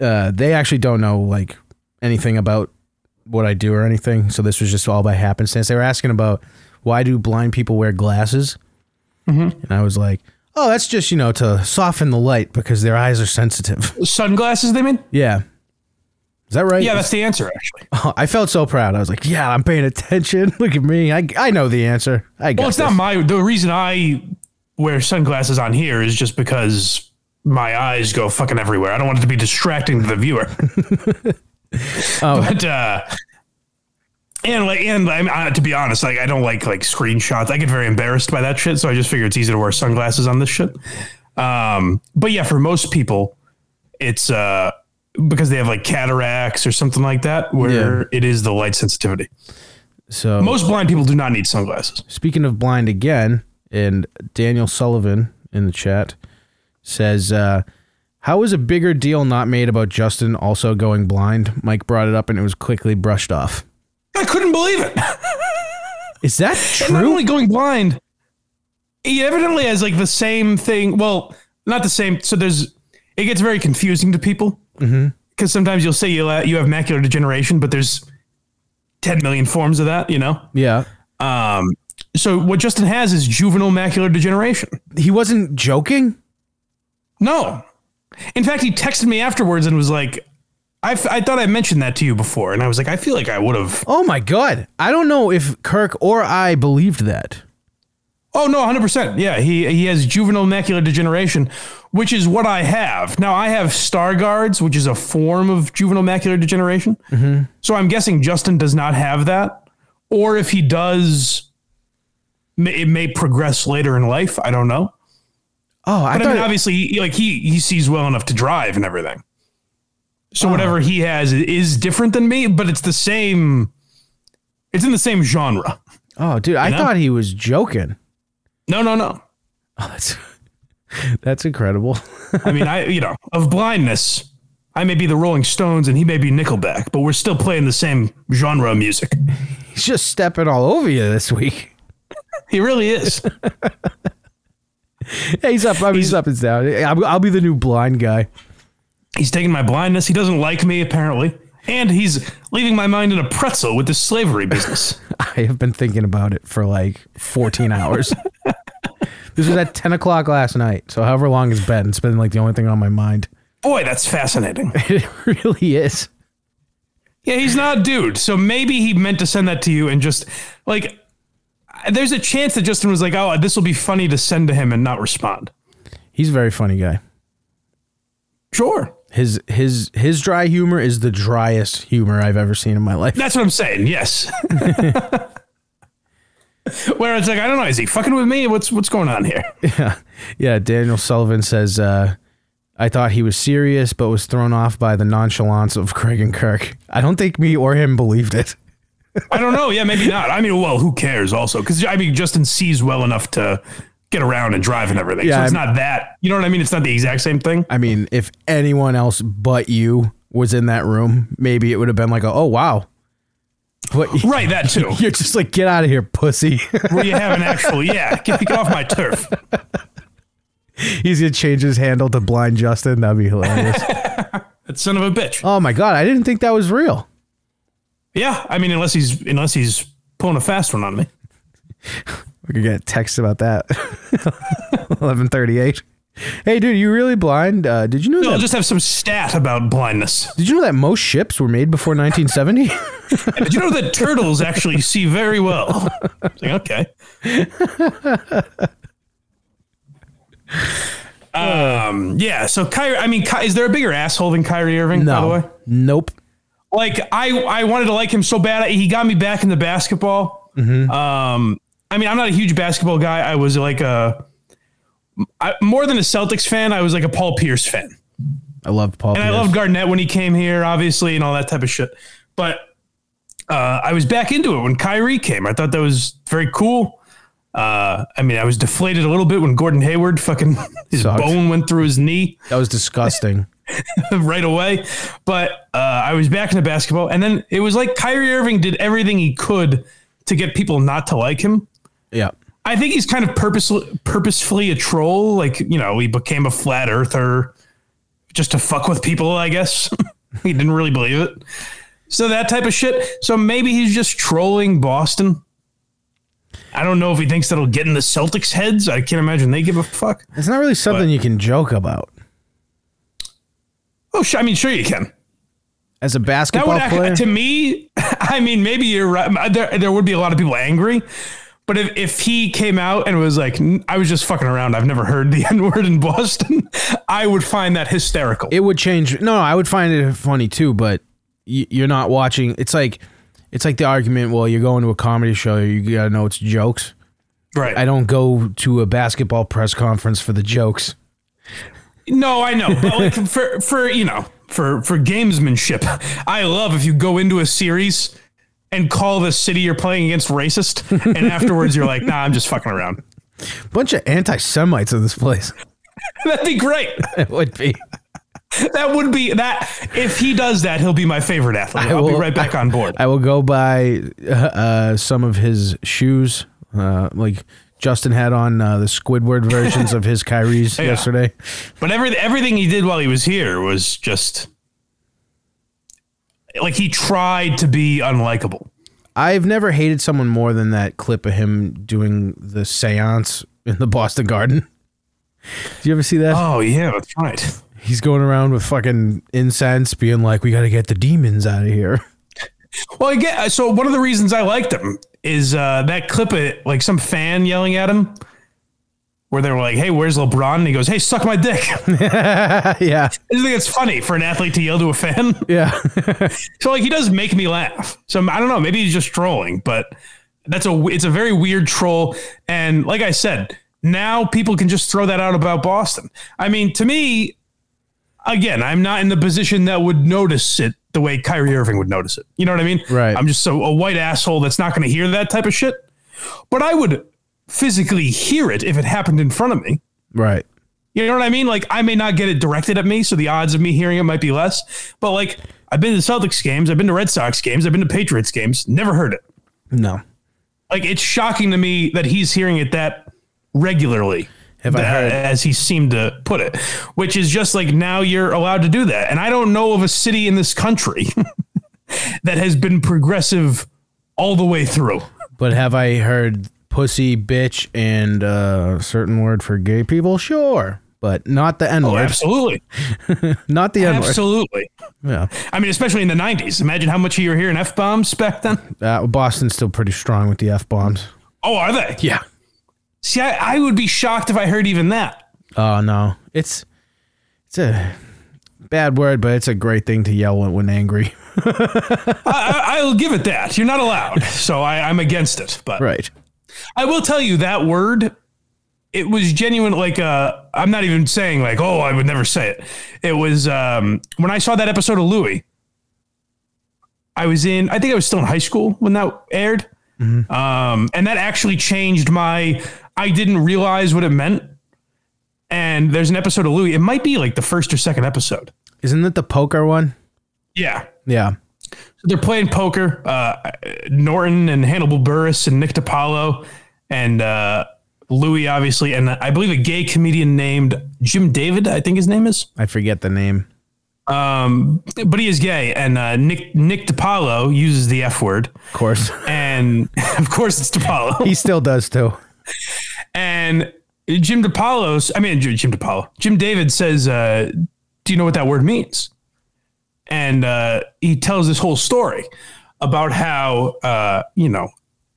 A: Uh, they actually don't know like anything about what I do or anything, so this was just all by happenstance. They were asking about why do blind people wear glasses,
B: Mm-hmm.
A: and I was like, "Oh, that's just you know to soften the light because their eyes are sensitive."
B: Sunglasses they mean?
A: yeah, is that right?
B: Yeah, that's the answer actually.
A: I felt so proud. I was like, "Yeah, I'm paying attention. Look at me. I, I know the answer. I got
B: Well, it's not
A: this."
B: my the reason I wear sunglasses on here is just because my eyes go fucking everywhere. I don't want it to be distracting to the viewer. But uh and like and I mean, uh, to be honest, like I don't like like screenshots. I get very embarrassed by that shit, so I just figure it's easy to wear sunglasses on this shit. Um but yeah, for most people it's uh because they have like cataracts or something like that where it is the light sensitivity.
A: so
B: Most blind people do not need sunglasses.
A: Speaking of blind again, and Daniel Sullivan in the chat says, uh, "How is a bigger deal not made about Justin also going blind?" Mike brought it up, and it was quickly brushed off.
B: I couldn't believe it.
A: Is that
B: not
A: true?
B: only going blind, he evidently has like the same thing. Well, not the same. So there's, it gets very confusing to people because sometimes you'll say you uh, you have macular degeneration, but there's ten million forms of that. You know.
A: Yeah,
B: Um. So what Justin has is juvenile macular degeneration.
A: he wasn't joking.
B: No. In fact, he texted me afterwards and was like, I, f- I thought I mentioned that to you before. And I was like, I feel like I would have.
A: Oh my god! I don't know if Kirk or I believed that.
B: Oh no, hundred percent. Yeah, he he has juvenile macular degeneration, which is what I have now. I have Stargard's, which is a form of juvenile macular degeneration.
A: Mm-hmm.
B: So I'm guessing Justin does not have that, or if he does, ma- it may progress later in life. I don't know.
A: Oh, I
B: But I,
A: thought.
B: mean, obviously, he- like he he sees well enough to drive and everything. So whatever he has is different than me, but it's the same. It's in the same genre.
A: oh, dude, I
B: know?
A: thought he was joking.
B: No, no, no.
A: Oh, that's that's incredible.
B: I mean, I you know of blindness. I may be the Rolling Stones and he may be Nickelback, but we're still playing the same genre of music.
A: He's just stepping all over you this week.
B: He really is.
A: Yeah, he's up. I mean, he's, up and down. I'll, I'll be the new blind guy.
B: He's taking my blindness. He doesn't like me apparently, and he's leaving my mind in a pretzel with this slavery business.
A: I have been thinking about it for like 14 hours. this was at 10 o'clock last night. So, however long it's been, it's been like the only thing on my mind.
B: Boy, that's fascinating.
A: It really is.
B: Yeah, he's not a dude. So maybe he meant to send that to you and just like there's a chance that Justin was like, "Oh, this will be funny to send to him and not respond."
A: He's a very funny guy.
B: Sure.
A: His his his dry humor is the driest humor I've ever seen in my life.
B: That's what I'm saying. Yes. Where it's like, I don't know, is he fucking with me? What's what's going on here?
A: Yeah, Daniel Sullivan says, uh, I thought he was serious, but was thrown off by the nonchalance of Craig and Kirk. I don't think me or him believed it.
B: I don't know. Yeah, maybe not. I mean, well, who cares? Also, because I mean, Justin sees well enough to get around and drive and everything.
A: Yeah,
B: so it's
A: I'm-
B: not that. You know what I mean? It's not the exact same thing.
A: I mean, if anyone else but you was in that room, maybe it would have been like, a, oh, wow. But
B: Right, that too.
A: you're just like, get out of here, pussy.
B: Where you have an actual, yeah, get, get off my turf.
A: He's going to change his handle to Blind Justin. That'd be hilarious.
B: That son of a bitch.
A: oh, my God. I didn't think that was real.
B: Yeah, I mean, unless he's unless he's pulling a fast one on me.
A: We could get a text about that. 1138. Hey, dude, you really blind? Uh, did you know
B: No,
A: that
B: I'll just have some stat about blindness.
A: Did you know that most ships were made before 1970?
B: Did you know that turtles actually see very well? It's like, okay. um. Yeah. So Kyrie. I mean, Ky- is there a bigger asshole than Kyrie Irving? By the way,
A: Nope.
B: like I, I wanted to like him so bad. He got me back into basketball. Um. I mean, I'm not a huge basketball guy. I was like a, I, more than a Celtics fan. I was like a Paul Pierce fan.
A: I love Paul.
B: And I
A: Pierce.
B: loved Garnett when he came here, obviously, and all that type of shit. But uh, I was back into it when Kyrie came. I thought that was very cool. Uh, I mean, I was deflated a little bit when Gordon Hayward fucking his
A: Sucked.
B: bone went through his knee
A: that was disgusting.
B: right away. But uh, I was back into basketball, and then it was like Kyrie Irving did everything he could to get people not to like him.
A: yeah.
B: I think he's kind of purposely, purposefully a troll. Like, you know, he became a flat earther just to fuck with people, I guess. he didn't really believe it. So that type of shit. So maybe he's just trolling Boston. I don't know if he thinks that'll get in the Celtics' heads. I can't imagine they give a fuck.
A: It's not really something you can joke about
B: Oh, sure. I mean, sure you can.
A: as a
B: That would
A: basketball player.
B: act, to me. I mean, maybe you're right. There, there would be a lot of people angry, but if, if he came out and was like, "N- "I was just fucking around. I've never heard the N word in Boston," I would find that hysterical.
A: it would change. No, I would find it funny too, but y- you're not watching. It's like it's like the argument. Well, you're going to a comedy show. You gotta know it's jokes.
B: right?
A: I don't go to a basketball press conference for the jokes.
B: no, I know, but like for for you know for for gamesmanship, I love if you go into a series and call the city you're playing against racist, and afterwards you're like, "Nah, I'm just fucking around."
A: Bunch of anti Semites in this place.
B: That'd be great.
A: it would be.
B: That would be that. If he does that, he'll be my favorite athlete. I'll be
A: will-
B: right back on board.
A: I will go buy uh, uh, some of his shoes. Uh, like Justin had on uh, the Squidward versions of his Kyrie's yesterday.
B: But every, everything he did while he was here was just like he tried to be unlikable.
A: I've never hated someone more than that clip of him doing the seance in the Boston Garden. Do you ever see that?
B: Oh yeah, that's right.
A: He's going around with fucking incense, being like, "We got to get the demons out of here."
B: Well, I get so one of the reasons I liked him is uh, that clip of like some fan yelling at him. Where they were like, "Hey, where's LeBron?" And he goes, "Hey, suck my dick." I think
A: yeah,
B: it's funny for an athlete to yell to a fan.
A: yeah.
B: So like, he does make me laugh. So I don't know. Maybe he's just trolling, but that's a it's a very weird troll. And like I said, now people can just throw that out about Boston. I mean, to me, again, I'm not in the position that would notice it the way Kyrie Irving would notice it. You know what I mean?
A: Right.
B: I'm just so a white asshole that's not going to hear that type of shit. But I would physically hear it if it happened in front of me.
A: right.
B: You know what I mean? Like I may not get it directed at me, so the odds of me hearing it might be less. But like I've been to Celtics games, I've been to Red Sox games, I've been to Patriots games, never heard it.
A: No.
B: Like it's shocking to me that he's hearing it that regularly.
A: Have I
B: tha-
A: heard-
B: as he seemed to put it, which is just like now you're allowed to do that. And I don't know of a city in this country that has been progressive all the way through.
A: But have I heard pussy, bitch, and uh, certain word for gay people? Sure. but not the N
B: Oh,
A: word.
B: absolutely.
A: not the N word.
B: Absolutely.
A: Yeah.
B: I mean, especially in the 90s. Imagine how much you were hearing F bombs back then.
A: Uh, Boston's still pretty strong with the F bombs.
B: Oh, are they?
A: Yeah.
B: See, I, I would be shocked if I heard even that.
A: Oh no, it's it's a bad word, but it's a great thing to yell when, when angry.
B: I, I, I'll give it that. You're not allowed. So I, I'm against it. But
A: Right.
B: I will tell you that word. It was genuine. Like uh, I'm not even saying like, oh, I would never say it. It was um, when I saw that episode of Louis. I was in. I think I was still in high school when that aired, um, and that actually changed my. I didn't realize what it meant. And there's an episode of Louis. It might be like the first or second episode.
A: Isn't it the poker one?
B: Yeah,
A: Yeah.
B: they're playing poker. Uh, Norton and Hannibal Burris and Nick DiPaolo and uh, Louis, obviously, and I believe a gay comedian named Jim David, I think his name is.
A: I forget the name.
B: Um, but he is gay, and uh, Nick Nick DiPaolo uses the F word,
A: Of course,
B: and of course it's DiPaolo.
A: he still does too.
B: And Jim DiPaolo's, I mean Jim DiPaolo, Jim David says, uh, "Do you know what that word means?" And uh, he tells this whole story about how uh, you know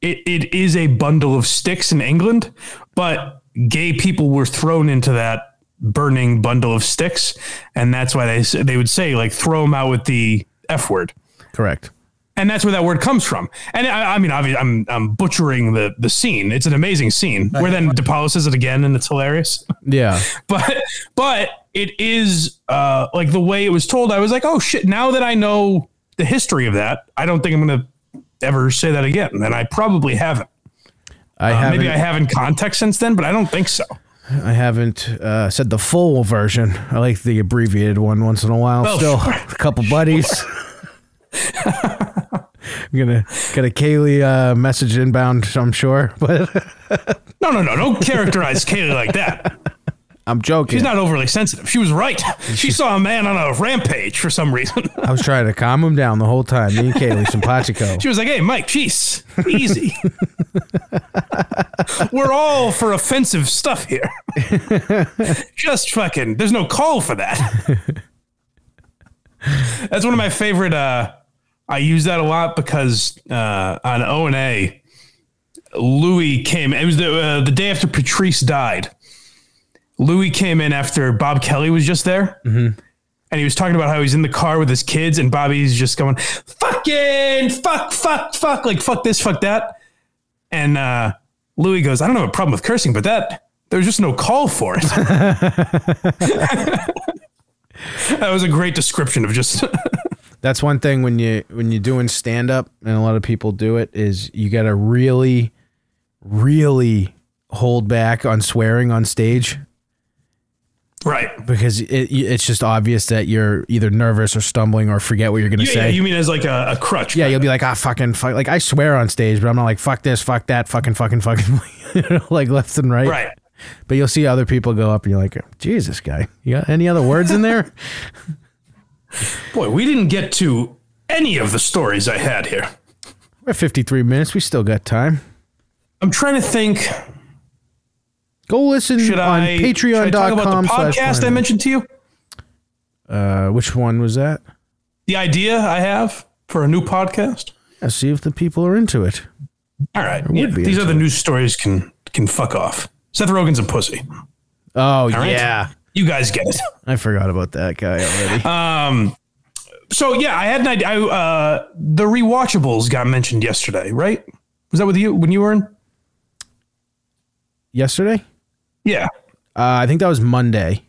B: it, it is a bundle of sticks in England, but gay people were thrown into that burning bundle of sticks, and that's why they s- they would say like throw them out with the f word
A: Correct.
B: and that's where that word comes from. And I, I mean, obviously, I'm I'm butchering the the scene. It's an amazing scene where then DePaulo says it again, and it's hilarious.
A: Yeah.
B: But but it is uh, like the way it was told. I was like, oh shit! Now that I know the history of that, I don't think I'm gonna ever say that again, and I probably haven't.
A: I
B: Uh,
A: haven't. e-
B: maybe I have in context since then, but I don't think so.
A: I haven't uh, said the full version. I like the abbreviated one once in a while.
B: Well,
A: Still,
B: sure,
A: a couple buddies. I'm gonna get a Kaylee uh, message inbound. I'm sure, but
B: No, no, no! Don't characterize Kaylee like that.
A: I'm joking.
B: She's not overly sensitive. She was right. She saw a man on a rampage for some reason.
A: I was trying to calm him down the whole time. Me and Kaylee simpatico.
B: She was like, "Hey, Mike, jeez, easy. We're all for offensive stuff here. Just fucking. There's no call for that. That's one of my favorite. Uh, I use that a lot because uh, on O and A, Louis came. It was the uh, the day after Patrice died. Louis came in after Bob Kelly was just there. And he was talking about how he's in the car with his kids, and Bobby's just going, fucking, fuck, fuck, fuck, like, fuck this, fuck that. And uh, Louis goes, I don't have a problem with cursing, but that, there's just no call for it. that was a great description of just,
A: that's one thing when you when you're doing stand up and a lot of people do it is you got to really really hold back on swearing on stage
B: right.
A: because it, it's just obvious that you're either nervous or stumbling or forget what you're going to
B: Yeah, yeah,
A: say.
B: you mean as like a, a crutch?
A: yeah, you'll be like, ah, fucking, fuck. Like, I swear on stage, but I'm not like, fuck this, fuck that, fucking, fucking, fucking, you know, like left and right.
B: Right.
A: But you'll see other people go up and you're like, Jesus, guy, you got any other words in there?
B: Boy, we didn't get to any of the stories I had here.
A: We're at 53 minutes. We still got time.
B: I'm trying to think.
A: Go listen
B: Should
A: on
B: I should I talk about
A: patreon.com
B: the
A: slash
B: podcast I
A: Blind
B: mentioned to you?
A: Uh, which one was that?
B: The idea I have for a new podcast?
A: Let's Uh, see if the people are into it.
B: All right. Yeah,
A: be
B: these other news stories can can fuck off. Seth Rogen's a pussy.
A: Oh
B: right.
A: yeah,
B: You guys get it.
A: I forgot about that guy already.
B: Uh, So yeah, I had an idea. I, uh, the rewatchables got mentioned yesterday, right? Was that with you when you were in?
A: Yesterday,
B: Yeah.
A: uh, I think that was Monday.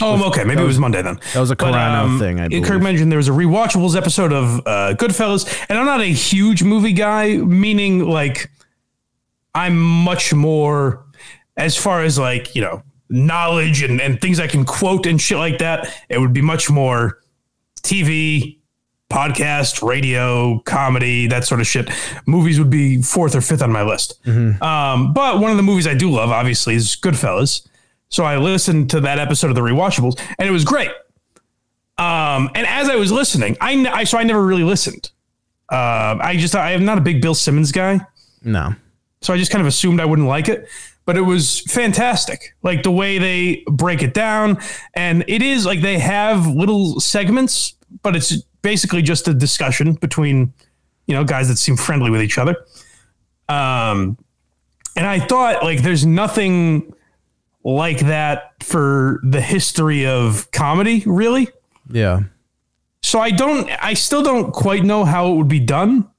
B: Oh, okay. Maybe it was Monday then.
A: That was a Carano
B: um,
A: thing, I believe.
B: Kirk mentioned there was a rewatchables episode of uh, Goodfellas, and I'm not a huge movie guy, meaning like I'm much more as far as like you know knowledge and and things I can quote and shit like that. It would be much more TV, podcast, radio, comedy, that sort of shit. Movies would be fourth or fifth on my list.
A: Mm-hmm.
B: Um, but one of the movies I do love, obviously, is Goodfellas. So I listened to that episode of the rewatchables, and it was great. Um, and as I was listening, I, n- I so I never really listened. Um, I just I am not a big Bill Simmons guy,
A: No,
B: so I just kind of assumed I wouldn't like it. but it was fantastic. Like the way they break it down. And it is like they have little segments, but it's basically just a discussion between, you know, guys that seem friendly with each other. Um, and I thought like there's nothing like that for the history of comedy, really.
A: Yeah.
B: So I don't, I still don't quite know how it would be done,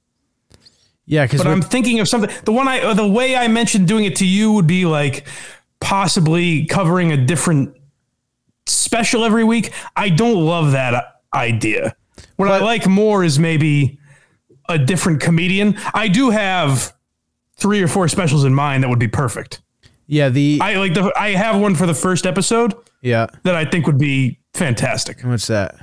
A: Yeah, because
B: but I'm thinking of something. The one I, or the way I mentioned doing it to you would be like possibly covering a different special every week. I don't love that idea. What I like more is maybe a different comedian. I do have three or four specials in mind that would be perfect.
A: yeah, the
B: I like the, I have one for the first episode
A: yeah.
B: that I think would be fantastic.
A: What's that?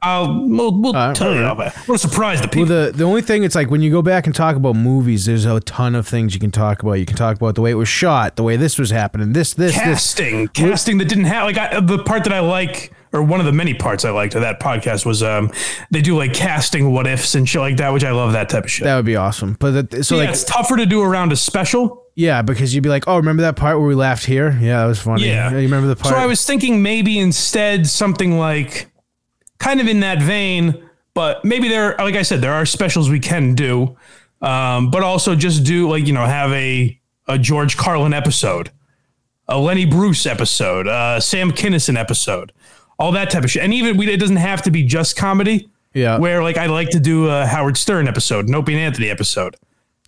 B: I'll we'll, we'll
A: Uh,
B: tell you
A: alright.
B: about that. What a surprise the people.
A: Well, the the only thing it's like when you go back and talk about movies, there's a ton of things you can talk about. You can talk about the way it was shot, the way this was happening, this, this, this.
B: casting, casting that didn't have like I, the part that I like, or one of the many parts I liked of that podcast was um they do like casting what ifs and shit like that, which I love that type of shit.
A: That would be awesome. But that, so
B: yeah,
A: like
B: it's tougher to do around a special.
A: yeah, because you'd be like, oh, remember that part where we laughed here? Yeah, that was funny.
B: Yeah.
A: you remember the part?
B: So I was thinking maybe instead something like kind of in that vein, but maybe there, like I said, there are specials we can do, um, but also just do like, you know, have a, a George Carlin episode, a Lenny Bruce episode, uh, Sam Kinison episode, all that type of shit. And even we, it doesn't have to be just comedy
A: yeah,
B: where like, I like to do a Howard Stern episode, an Opie and Anthony episode,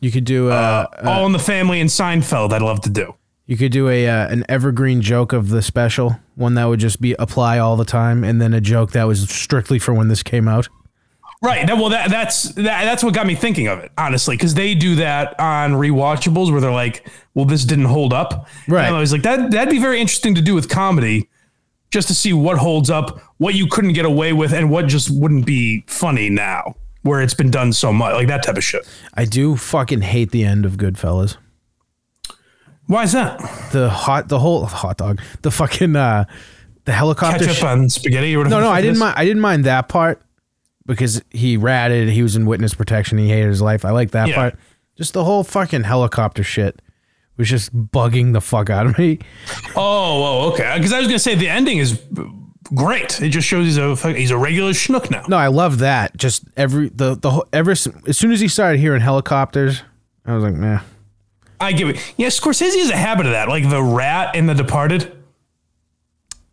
A: you could do uh,
B: all in the family and Seinfeld. I'd love to do.
A: You could do a uh, an evergreen joke of the special, one that would just be apply all the time, and then a joke that was strictly for when this came out.
B: Right. That, well, that, that's that, that's what got me thinking of it, honestly, because they do that on rewatchables where they're like, "Well, this didn't hold up."
A: Right.
B: And I was like, "That that'd be very interesting to do with comedy, just to see what holds up, what you couldn't get away with, and what just wouldn't be funny now, where it's been done so much, like that type of shit."
A: I do fucking hate the end of Goodfellas.
B: Why is that?
A: The hot, the whole hot dog, the fucking uh, the helicopter.
B: Ketchup
A: sh-
B: on spaghetti or
A: no,
B: whatever. the
A: no,
B: fuck
A: I
B: it
A: didn't
B: is?
A: mind. I didn't mind that part because he ratted. He was in witness protection. He hated his life. I like that
B: Yeah.
A: part. Just the whole fucking helicopter shit was just bugging the fuck out of me.
B: Oh, oh, okay. Because I was gonna say the ending is great. It just shows he's a fuck- he's a regular schnook now.
A: No, I love that. Just every the the whole ever s- as soon as he started hearing helicopters, I was like, nah.
B: I give it. Yeah, Scorsese has a habit of that, like the rat in The Departed.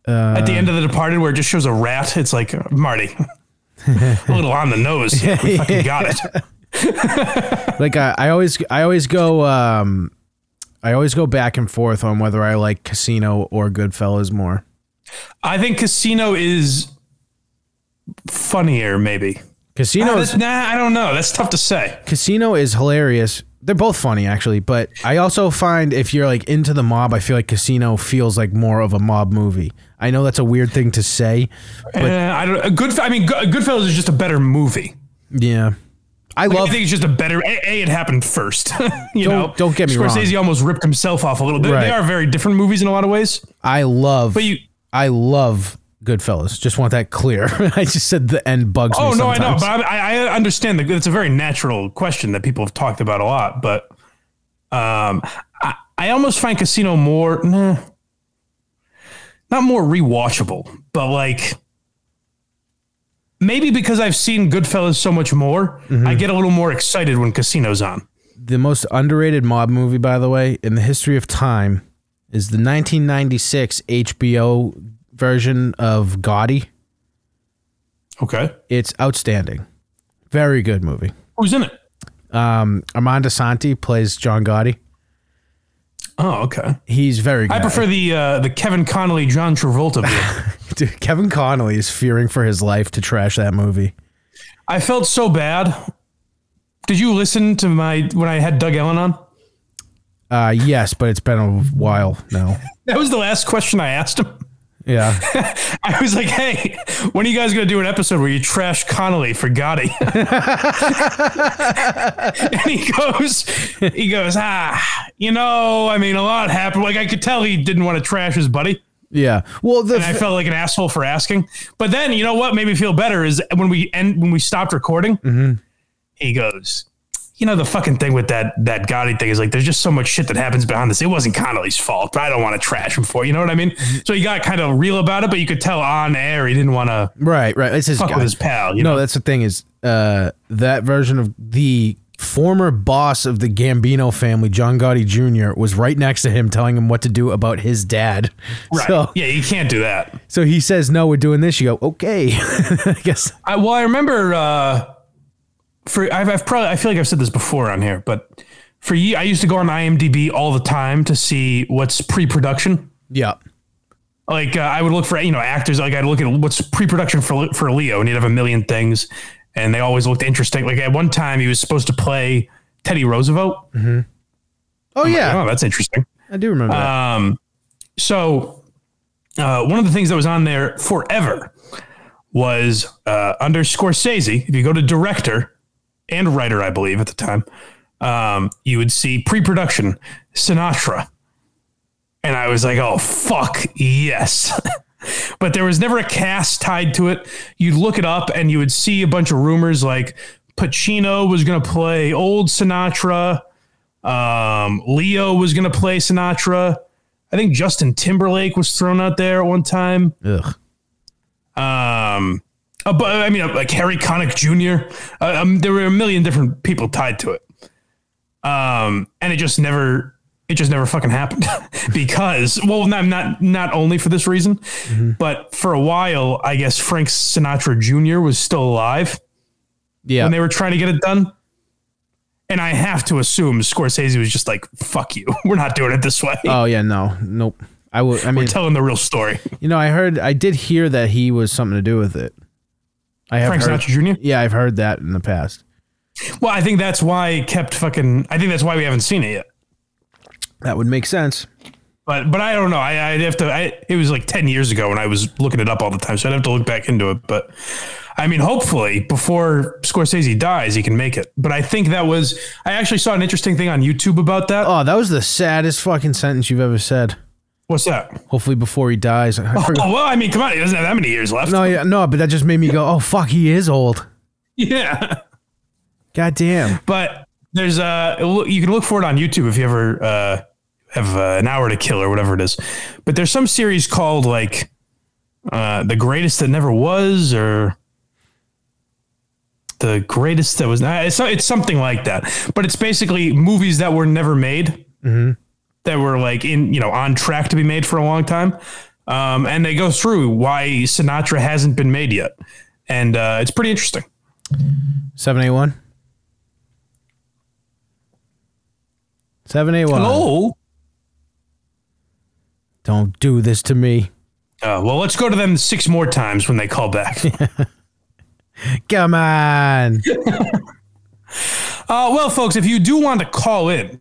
B: At the end of The Departed, where it just shows a rat, it's like uh, Marty, a little on the nose. here. We fucking got it.
A: Like I, I always I always go um I always go back and forth on whether I like Casino or Goodfellas more.
B: I think Casino is funnier, maybe.
A: Casino
B: Ah, That's-
A: is,
B: nah, I don't know. That's tough to say.
A: Casino is hilarious. They're both funny actually, but I also find if you're like into the mob, I feel like Casino feels like more of a mob movie. I know that's a weird thing to say.
B: Uh, I don't. A good. I mean, Go- Goodfellas is just a better movie.
A: Yeah. I
B: I
A: love
B: think it's just a better. A, a it happened first. you know,
A: don't get me wrong.
B: Scorsese almost ripped himself off a little bit. They
A: Right.
B: are very different movies in a lot of ways.
A: I love
B: But you,
A: I love Goodfellas. Just want that clear. I just said the end bugs me.
B: Oh no, I know,
A: sometimes.
B: but I, I understand that it's a very natural question that people have talked about a lot. But um, I, I almost find Casino more, nah, not more rewatchable, but like maybe because I've seen Goodfellas so much more, I get a little more excited when Casino's on.
A: the most underrated mob movie, by the way, in the history of time, is the 1996 HBO version of Gotti.
B: Okay,
A: It's outstanding. Very good movie.
B: who's in it?
A: Um, Armand Asante plays John Gotti.
B: Oh, okay.
A: He's very good.
B: I prefer the uh, the Kevin Connolly, John Travolta. View.
A: Dude, Kevin Connolly is fearing for his life to trash that movie.
B: I felt so bad. Did you listen to my when I had Doug Ellen on?
A: Uh, yes, but it's been a while now.
B: That was the last question I asked him.
A: Yeah.
B: I was like, "Hey, when are you guys going to do an episode where you trash Connolly for Gotti?" and he goes, "He goes, ah, you know, I mean, a lot happened. Like I could tell he didn't want to trash his buddy,
A: Yeah. Well, the
B: and I felt like an asshole for asking. But then,
A: Mm-hmm.
B: you know what made me feel better is when we end when we stopped recording. He goes, you know the fucking thing with that that Gotti thing is like there's just so much shit that happens behind this. It wasn't Connolly's fault, but I don't want to trash him for it, you know what I mean.
A: Mm-hmm.
B: So he got kind of real about it, but you could tell on air he didn't want to
A: Right, right. It's his
B: fuck
A: guy.
B: with his pal. You
A: no,
B: know,
A: that's the thing is uh, that version of the former boss of the Gambino family, John Gotti Jr., was right next to him telling him what to do about his dad.
B: right?
A: So,
B: yeah, you can't do that.
A: so he says, "No, we're doing this." You go, "Okay." I guess
B: I, well, I remember uh, for I've, I've probably I feel like I've said this before on here, but for ye I used to go on IMDb all the time to see what's pre-production.
A: yeah.
B: like uh, I would look for you know actors. Like I'd look at what's pre-production for for Leo, and he'd have a million things, and they always looked interesting. Like at one time, he was supposed to play Teddy Roosevelt.
A: Oh yeah,
B: Oh, that's interesting.
A: I do remember. that.
B: So uh, one of the things that was on there forever was uh, under Scorsese. If you go to director and writer, I believe at the time, um, you would see pre-production Sinatra, and I was like, oh fuck yes. but there was never a cast tied to it. You'd look it up and you would see a bunch of rumors like Pacino was going to play old Sinatra, um, Leo was going to play Sinatra. I think Justin Timberlake was thrown out there at one time.
A: Ugh.
B: Um, a bu- I mean, uh, like Harry Connick Jr. Uh, um, there were a million different people tied to it. Um, and it just never, it just never fucking happened because, well, not not not only for this reason,
A: Mm-hmm.
B: but for a while, I guess Frank Sinatra Jr. was still alive
A: Yeah.
B: when they were trying to get it done. And I have to assume Scorsese was just like, "Fuck you, we're not doing it this way."
A: oh yeah. No. Nope. I would. I mean,
B: Telling the real story,
A: you know, I heard, I did hear that he was something to do with it. I have
B: Frank
A: heard.
B: Sinatra Jr.
A: Yeah, I've heard that in the past.
B: Well, I think that's why it kept fucking. I think that's why we haven't seen it yet.
A: That would make sense.
B: But but I don't know. I I'd have to. I, it was like ten years ago, and I was looking it up all the time, so I'd have to look back into it. But I mean, hopefully, before Scorsese dies, he can make it. But I think that was. I actually saw an interesting thing on YouTube about that.
A: Oh, that was the saddest fucking sentence you've ever said.
B: What's that?
A: Hopefully, before he dies, I forgot.
B: Oh well, I mean, come on, he doesn't have that many years left.
A: No, yeah, no, but that just made me go, "Oh fuck, he is old."
B: Yeah,
A: God damn.
B: but there's uh, look- you can look for it on YouTube if you ever uh have uh, an hour to kill or whatever it is. But there's some series called like uh, the greatest that never was or the greatest that was not. It's, it's something like that. But it's basically movies that were never made that were like in you know on track to be made for a long time. Um, and they go through why Sinatra hasn't been made yet, and uh, it's pretty interesting.
A: Seven eight one. Seven eight one.
B: Hello.
A: Don't do this to me.
B: Uh, well, let's go to them six more times when they call back. uh,
A: Come on.
B: Uh, well, folks, if you do want to call in,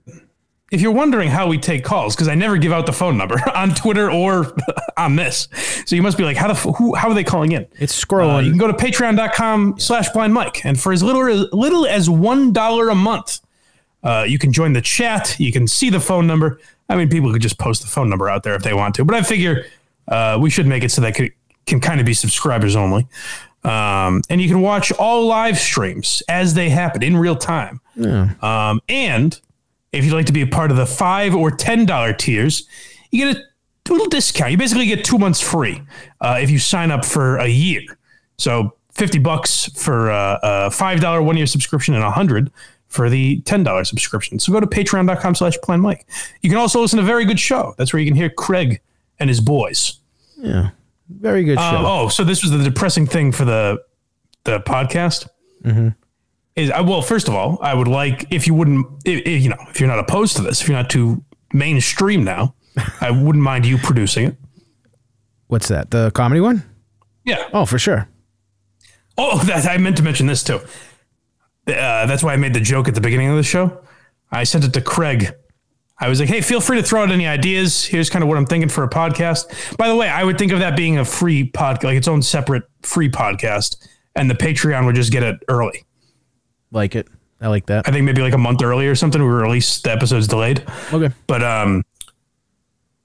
B: if you're wondering how we take calls, because I never give out the phone number on Twitter or on this, so you must be like, how the f- who, how are they calling in?
A: It's
B: Uh, you
A: scrolling.
B: can go to patreon.com slash blind mike and for as little as little as one dollar a month uh, you can join the chat you can see the phone number i mean people could just post the phone number out there if they want to but i figure uh, we should make it so that could, can kind of be subscribers only um, and you can watch all live streams as they happen in real time um, and if you'd like to be a part of the five or ten dollar tiers, you get a little discount. You basically get two months free uh, if you sign up for a year. So fifty bucks for uh, a five dollar one year subscription and a hundred for the ten dollar subscription. So go to patreon.com slash plan Mike. You can also listen to a very good show. That's where you can hear Craig and his boys.
A: Very good
B: Um,
A: show.
B: oh, so this was the depressing thing for the the podcast. Is I well, first of all, I would like if you wouldn't, if, if, you know, if you're not opposed to this, if you're not too mainstream now, I wouldn't mind you producing it.
A: What's that? The comedy one?
B: Yeah.
A: Oh, for sure.
B: Oh, that I meant to mention this too. Uh, that's why I made the joke at the beginning of the show. I sent it to Craig. I was like, "Hey, feel free to throw out any ideas. Here's kind of what I'm thinking for a podcast." By the way, I would think of that being a free podcast, like its own separate free podcast, and the Patreon would just get it early.
A: Like it. I like that.
B: I think maybe like a month early or something. We released the episodes delayed,
A: Okay.
B: but um,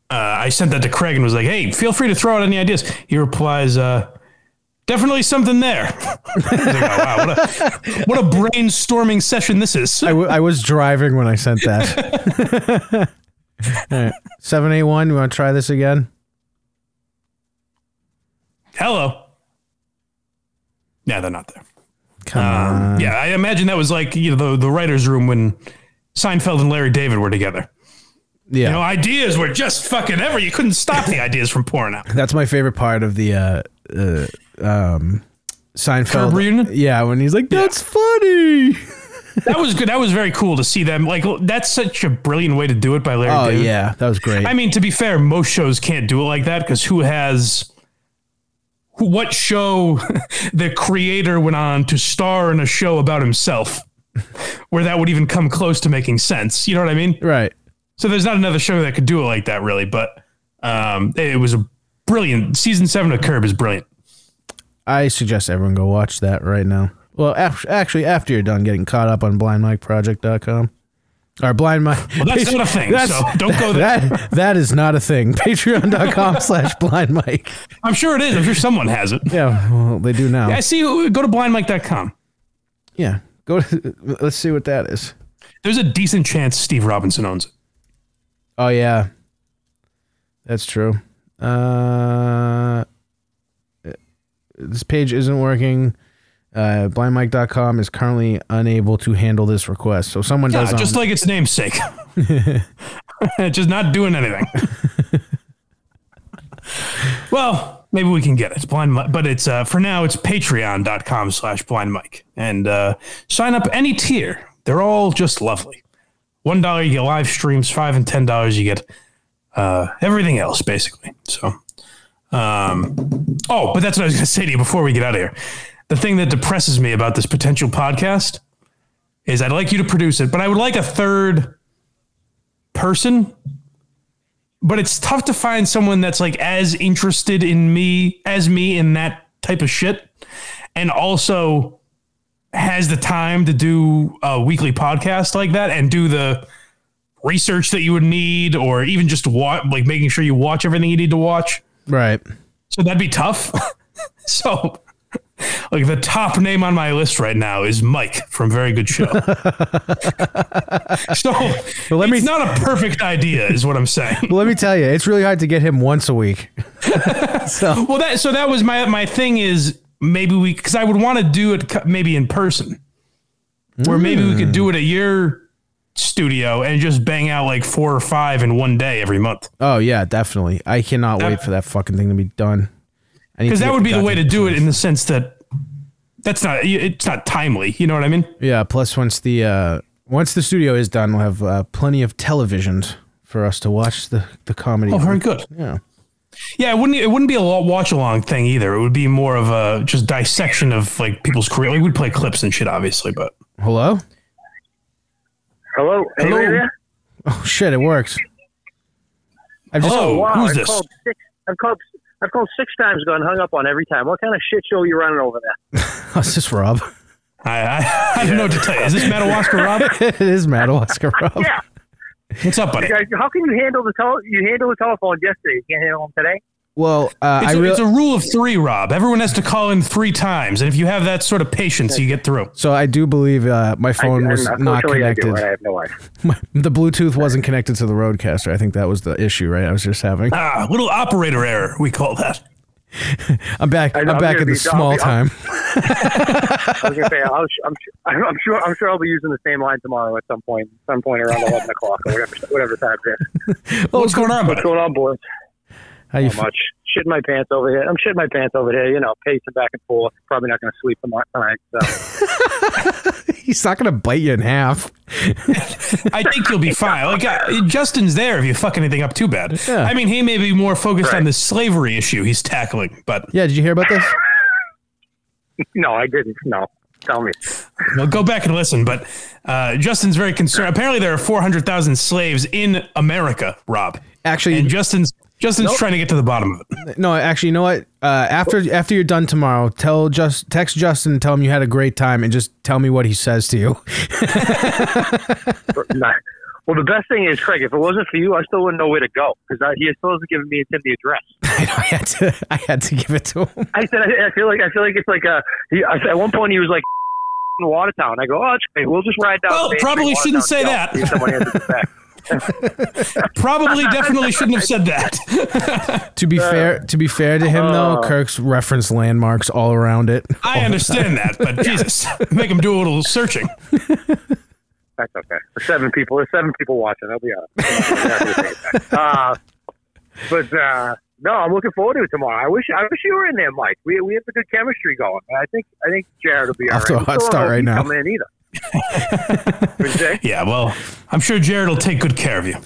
B: uh, I sent that to Craig and was like, "Hey, feel free to throw out any ideas." He replies, uh, definitely something there. I was like, oh, wow, what a, what a brainstorming session this is.
A: I, w- I was driving when I sent that. All right. 781, you want to try this again?
B: Hello. Yeah, they're not there.
A: Come on.
B: Um, yeah, I imagine that was like you know the, the writers' room when Seinfeld and Larry David were together.
A: Yeah.
B: You know, ideas were just fucking ever. You couldn't stop the ideas from pouring out.
A: That's my favorite part of the uh, uh, um, Seinfeld
B: Curb reunion?
A: Yeah, when he's like, "That's funny."
B: That was good. That was very cool to see them. Like that's such a brilliant way to do it by Larry
A: Oh
B: David.
A: yeah, that was great.
B: I mean, to be fair, most shows can't do it like that because who has who- what show the creator went on to star in a show about himself where that would even come close to making sense? You know what I mean?
A: right.
B: So there's not another show that could do it like that, really. But um, it was a brilliant season seven of Curb is brilliant.
A: I suggest everyone go watch that right now. Well, af- actually, after you're done getting caught up on blindmikeproject.com or blind mike.
B: Well, that's not a thing, so don't go there.
A: That that is not a thing. Patreon.com slash blind mike.
B: I'm sure it is. I'm sure someone has it.
A: Yeah, well, they do now.
B: I see. Go to blindmike.com.
A: Yeah, go. To, let's see what that is.
B: There's a decent chance Steve Robinson owns it.
A: Oh yeah, that's true. Uh, this page isn't working. Uh, blindmike.com is currently unable to handle this request, so someone
B: Yeah,
A: does. um,
B: just
A: own it.
B: like its namesake. just not doing anything. well, maybe we can get it. Blind Mike, but it's uh, for now it's patreon.com slash blind mike. And uh, sign up any tier. They're all just lovely. One dollar you get live streams, five and ten dollars you get uh, everything else basically. So um, oh, but that's what I was gonna say to you before we get out of here. The thing that depresses me about this potential podcast is I'd like you to produce it, but I would like a third person. But it's tough to find someone that's like as interested in me as me in that type of shit and also has the time to do a weekly podcast like that and do the research that you would need or even just watch like making sure you watch everything you need to watch.
A: right.
B: So that'd be tough. so like the top name on my list right now is Mike from Very Good Show. so
A: let me-
B: it's not a perfect idea, is what I'm saying.
A: Well, let me tell you, it's really hard to get him once a week. so
B: Well, that so that was my my thing is maybe we because I would want to do it co- maybe in person, or maybe we could do it at your studio and just bang out like four or five in one day every month.
A: oh yeah, definitely. I cannot wait for that fucking thing to be done.
B: Because that would be the way to do it in the sense that that's not it's not timely. You know what I mean?
A: Yeah. Plus, once the uh, once the studio is done, we'll have uh, plenty of televisions for us to watch the the comedy.
B: Oh,
A: on.
B: very good.
A: yeah.
B: Yeah, it wouldn't it wouldn't be a watch along thing either. It would be more of a just dissection of like people's career. Like we'd play clips and shit, obviously, but
A: Hello.
B: Hello?
E: Hello. Anybody there?
A: Oh shit, it works. I've just
B: hello,
E: Wow,
B: Oh, who's
E: I've
B: this?
E: Called six, I've called. I've called six times, gone hung up on every time. What kind of shit show you running over there?
A: oh, is this Rob?
B: I, I, I don't know what to tell you. Is this Madawaska Rob?
A: it is Madawaska Rob.
E: Yeah.
B: What's up, buddy?
E: Guys, How can you handle the tele- you handle the telephone yesterday? You can't handle them today.
A: Well, uh, I
B: It's, a
A: real
B: it's a rule of three, Rob. Everyone has to call in three times, and if you have that sort of patience, you get through.
A: so I do believe uh, my phone
E: And
A: was not
E: unfortunately, I do,
A: connected.
E: and I have no idea.
A: My, the Bluetooth wasn't connected to the Roadcaster. I think that was the issue, right? I was just having.
B: Ah, little operator error, we call that.
A: I'm back. I'm
E: I'm
A: back in
E: gonna
A: the
E: be- I'll
A: small
E: be- I'll-
A: time.
E: I was gonna say, I'll, I'm, su- I'm sure, I'm sure I'll be using the same line tomorrow at some point, some point around eleven o'clock or whatever, whatever time it is.
B: What's going on, buddy?
E: What's going on, boys?
A: How you?
E: Not
A: F-
E: much. Shitting my pants over here. I'm shitting my pants over here. You know, pacing back and forth. Probably not gonna sleep tomorrow tonight. So.
A: he's not gonna bite you in half.
B: I think you'll be fine. Like uh, Justin's there if you fuck anything up too bad.
A: Yeah.
B: I mean, he may be more focused on the slavery issue he's tackling, but
A: Yeah. Did you hear about this?
E: no, I didn't. No, tell me.
B: Well, go back and listen. But uh, Justin's very concerned. Apparently, there are four hundred thousand slaves in America, Rob.
A: Actually,
B: And Justin's Justin's trying to get to the bottom of it.
A: no. Actually, you know what? Uh, after after you're done tomorrow, tell just text Justin. and Tell him you had a great time, and just tell me what he says to you.
E: Nah. Well, the best thing is, Craig, if it wasn't for you, I still wouldn't know where to go because he still hasn't given me and Tim the address.
A: I, know, I had to. I had to give it to him.
E: I said, I, I feel like I feel like it's like a. He, I, said- at one point, he was like in Watertown. I go, oh, it's great. We'll just ride down.
B: Well,
E: Main Street,
B: probably shouldn't
E: Watertown,
B: say
E: see how-
B: that.
E: see if Someone answers it back.
B: Probably definitely shouldn't have said that.
A: To be fair, to be fair to him though, Kirk's referenced landmarks all around it.
B: I understand that, but Jesus, make him do a little searching.
E: That's okay. There's seven people. There's seven people watching. I'll be honest. uh, but uh, no, I'm looking forward to it tomorrow. I wish I wish you were in there, Mike. We we have a good chemistry going. And I think I think Jared will be all
A: Off to a
E: right. We
A: hot
E: still don't
A: start
E: know if
A: right now.
E: he's Coming in either. What'd you say?
B: Yeah, well, I'm sure Jared will take good care of you.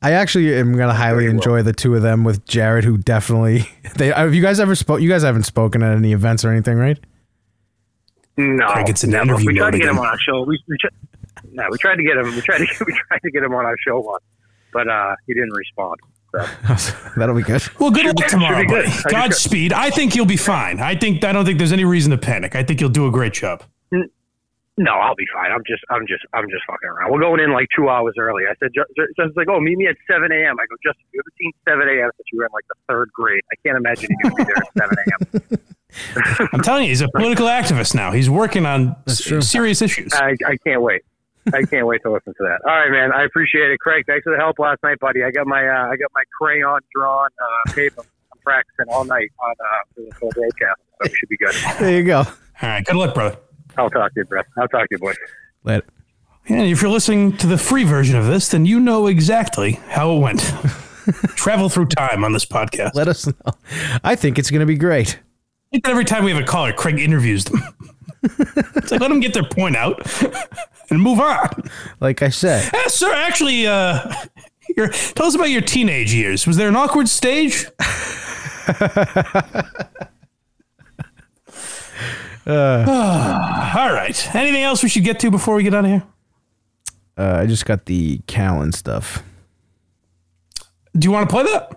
A: I actually am gonna highly enjoy the two of them with Jared, who definitely they. Have you guys ever spoke? You guys haven't spoken at any events or anything, right?
E: No,
B: Craig, it's an
E: never.
B: interview
E: We tried
B: mode
E: to get him
B: again.
E: on our show. We, we tri- no, we tried to get him. We tried to get, we tried to get him on our show once, but uh, he didn't respond. So.
A: That'll be good.
B: Well, good luck tomorrow.
E: should be good.
B: buddy.
E: I just-
B: Godspeed. I think you'll be fine. I think I don't think there's any reason to panic. I think you'll do a great job.
E: No, I'll be fine. I'm just, I'm just, I'm just fucking around. We're going in like two hours early. I said, Ju- Ju- Justin's like, oh, meet me at 7 a.m. I go, Justin, you haven't seen 7 a.m. since you were in like the third grade. I can't imagine you're going to be there at 7 a.m.
B: I'm telling you, he's a political activist now. He's working on s-
A: true.
B: serious issues.
E: I, I can't wait. I can't wait to listen to that. All right, man. I appreciate it, Craig. Thanks for the help last night, buddy. I got my, uh, I got my crayon drawn uh, paper. I'm practicing all night on uh, for the full broadcast, so we should be good.
A: There you go.
B: All right, good luck, brother.
E: I'll talk to you, Brett. I'll talk to you, boy.
A: Later.
B: Yeah, and if you're listening to the free version of this, then you know exactly how it went. Travel through time on this podcast.
A: Let us know. I think it's gonna be great.
B: I think that every time we have a caller, Craig interviews them. it's like let them get their point out and move on.
A: Like I said,
B: Ah, sir, actually, uh, your, tell us about your teenage years. Was there an awkward stage? All right. Anything else we should get to before we get out of here?
A: uh, I just got the Callan stuff.
B: Do you want to play that?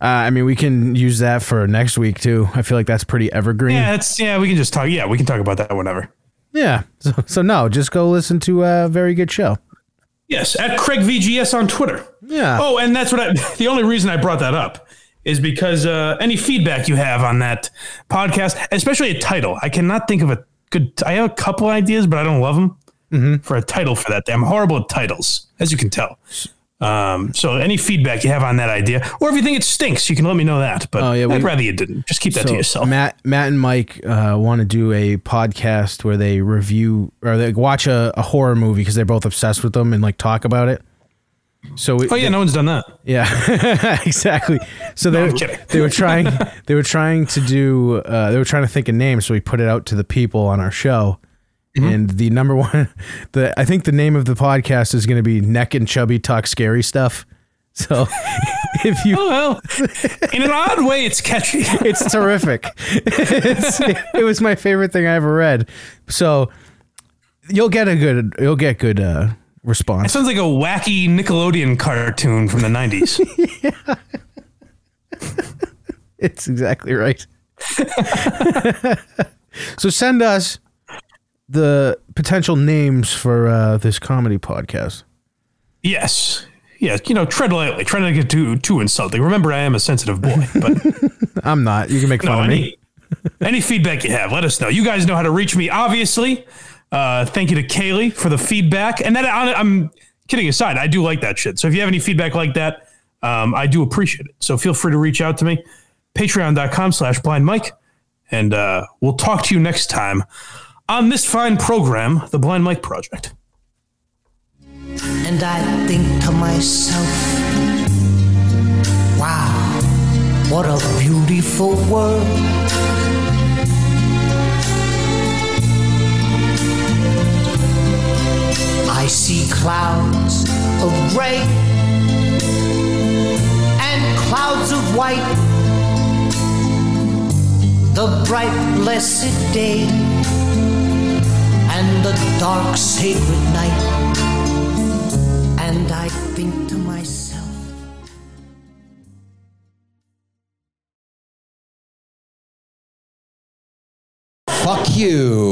A: Uh, I mean, we can use that for next week too. I feel like that's pretty evergreen.
B: Yeah, that's yeah. We can just talk. Yeah, we can talk about that whenever.
A: Yeah. So, so no, just go listen to a very good show.
B: Yes, at Craig VGS on Twitter.
A: Yeah.
B: Oh, and that's what I. The only reason I brought that up is because uh, any feedback you have on that podcast, especially a title, I cannot think of a good. I have a couple ideas, but I don't love them
A: Mm-hmm.
B: for a title for that. I'm horrible at titles, as you can tell. Um, so any feedback you have on that idea, or if you think it stinks, you can let me know that. But
A: Oh, yeah,
B: I'd
A: we-
B: rather you didn't. Just keep that to yourself.
A: Matt, Matt, and Mike uh, want to do a podcast where they review or they watch a, a horror movie because they're both obsessed with them and like talk about it. So we,
B: oh yeah, no one's done that.
A: yeah, exactly. So they
B: I'm kidding.
A: they were trying they were trying to do uh, they were trying to think a name, so we put it out to the people on our show.
B: Mm-hmm.
A: And the number one, the I think the name of the podcast is going to be Neck and Chubby Talk Scary Stuff. So if you
B: Oh well, in an odd way, it's catchy.
A: it's terrific. It's- it was my favorite thing I ever read. So you'll get a good you'll get good uh,
B: It
A: response.
B: sounds like a wacky Nickelodeon cartoon from the 90s.
A: It's exactly right. so send us the potential names for uh, this comedy podcast.
B: Yes. Yes. You know, tread lightly. Try not to get too too insulting. Remember, I am a sensitive boy. But
A: I'm not. You can make fun
B: no,
A: of me.
B: any, any feedback you have, let us know. You guys know how to reach me, obviously. Uh, thank you to Kaylee for the feedback. And that I, I'm kidding aside, I do like that shit. So if you have any feedback like that, um, I do appreciate it. So feel free to reach out to me, patreon.com slash blind mike. And uh, we'll talk to you next time on this fine program, The Blind Mike Project.
F: And I think to myself, wow, what a beautiful world. I see clouds of gray and clouds of white. The bright, blessed day and the dark, sacred night. And I think to myself,
G: Fuck you.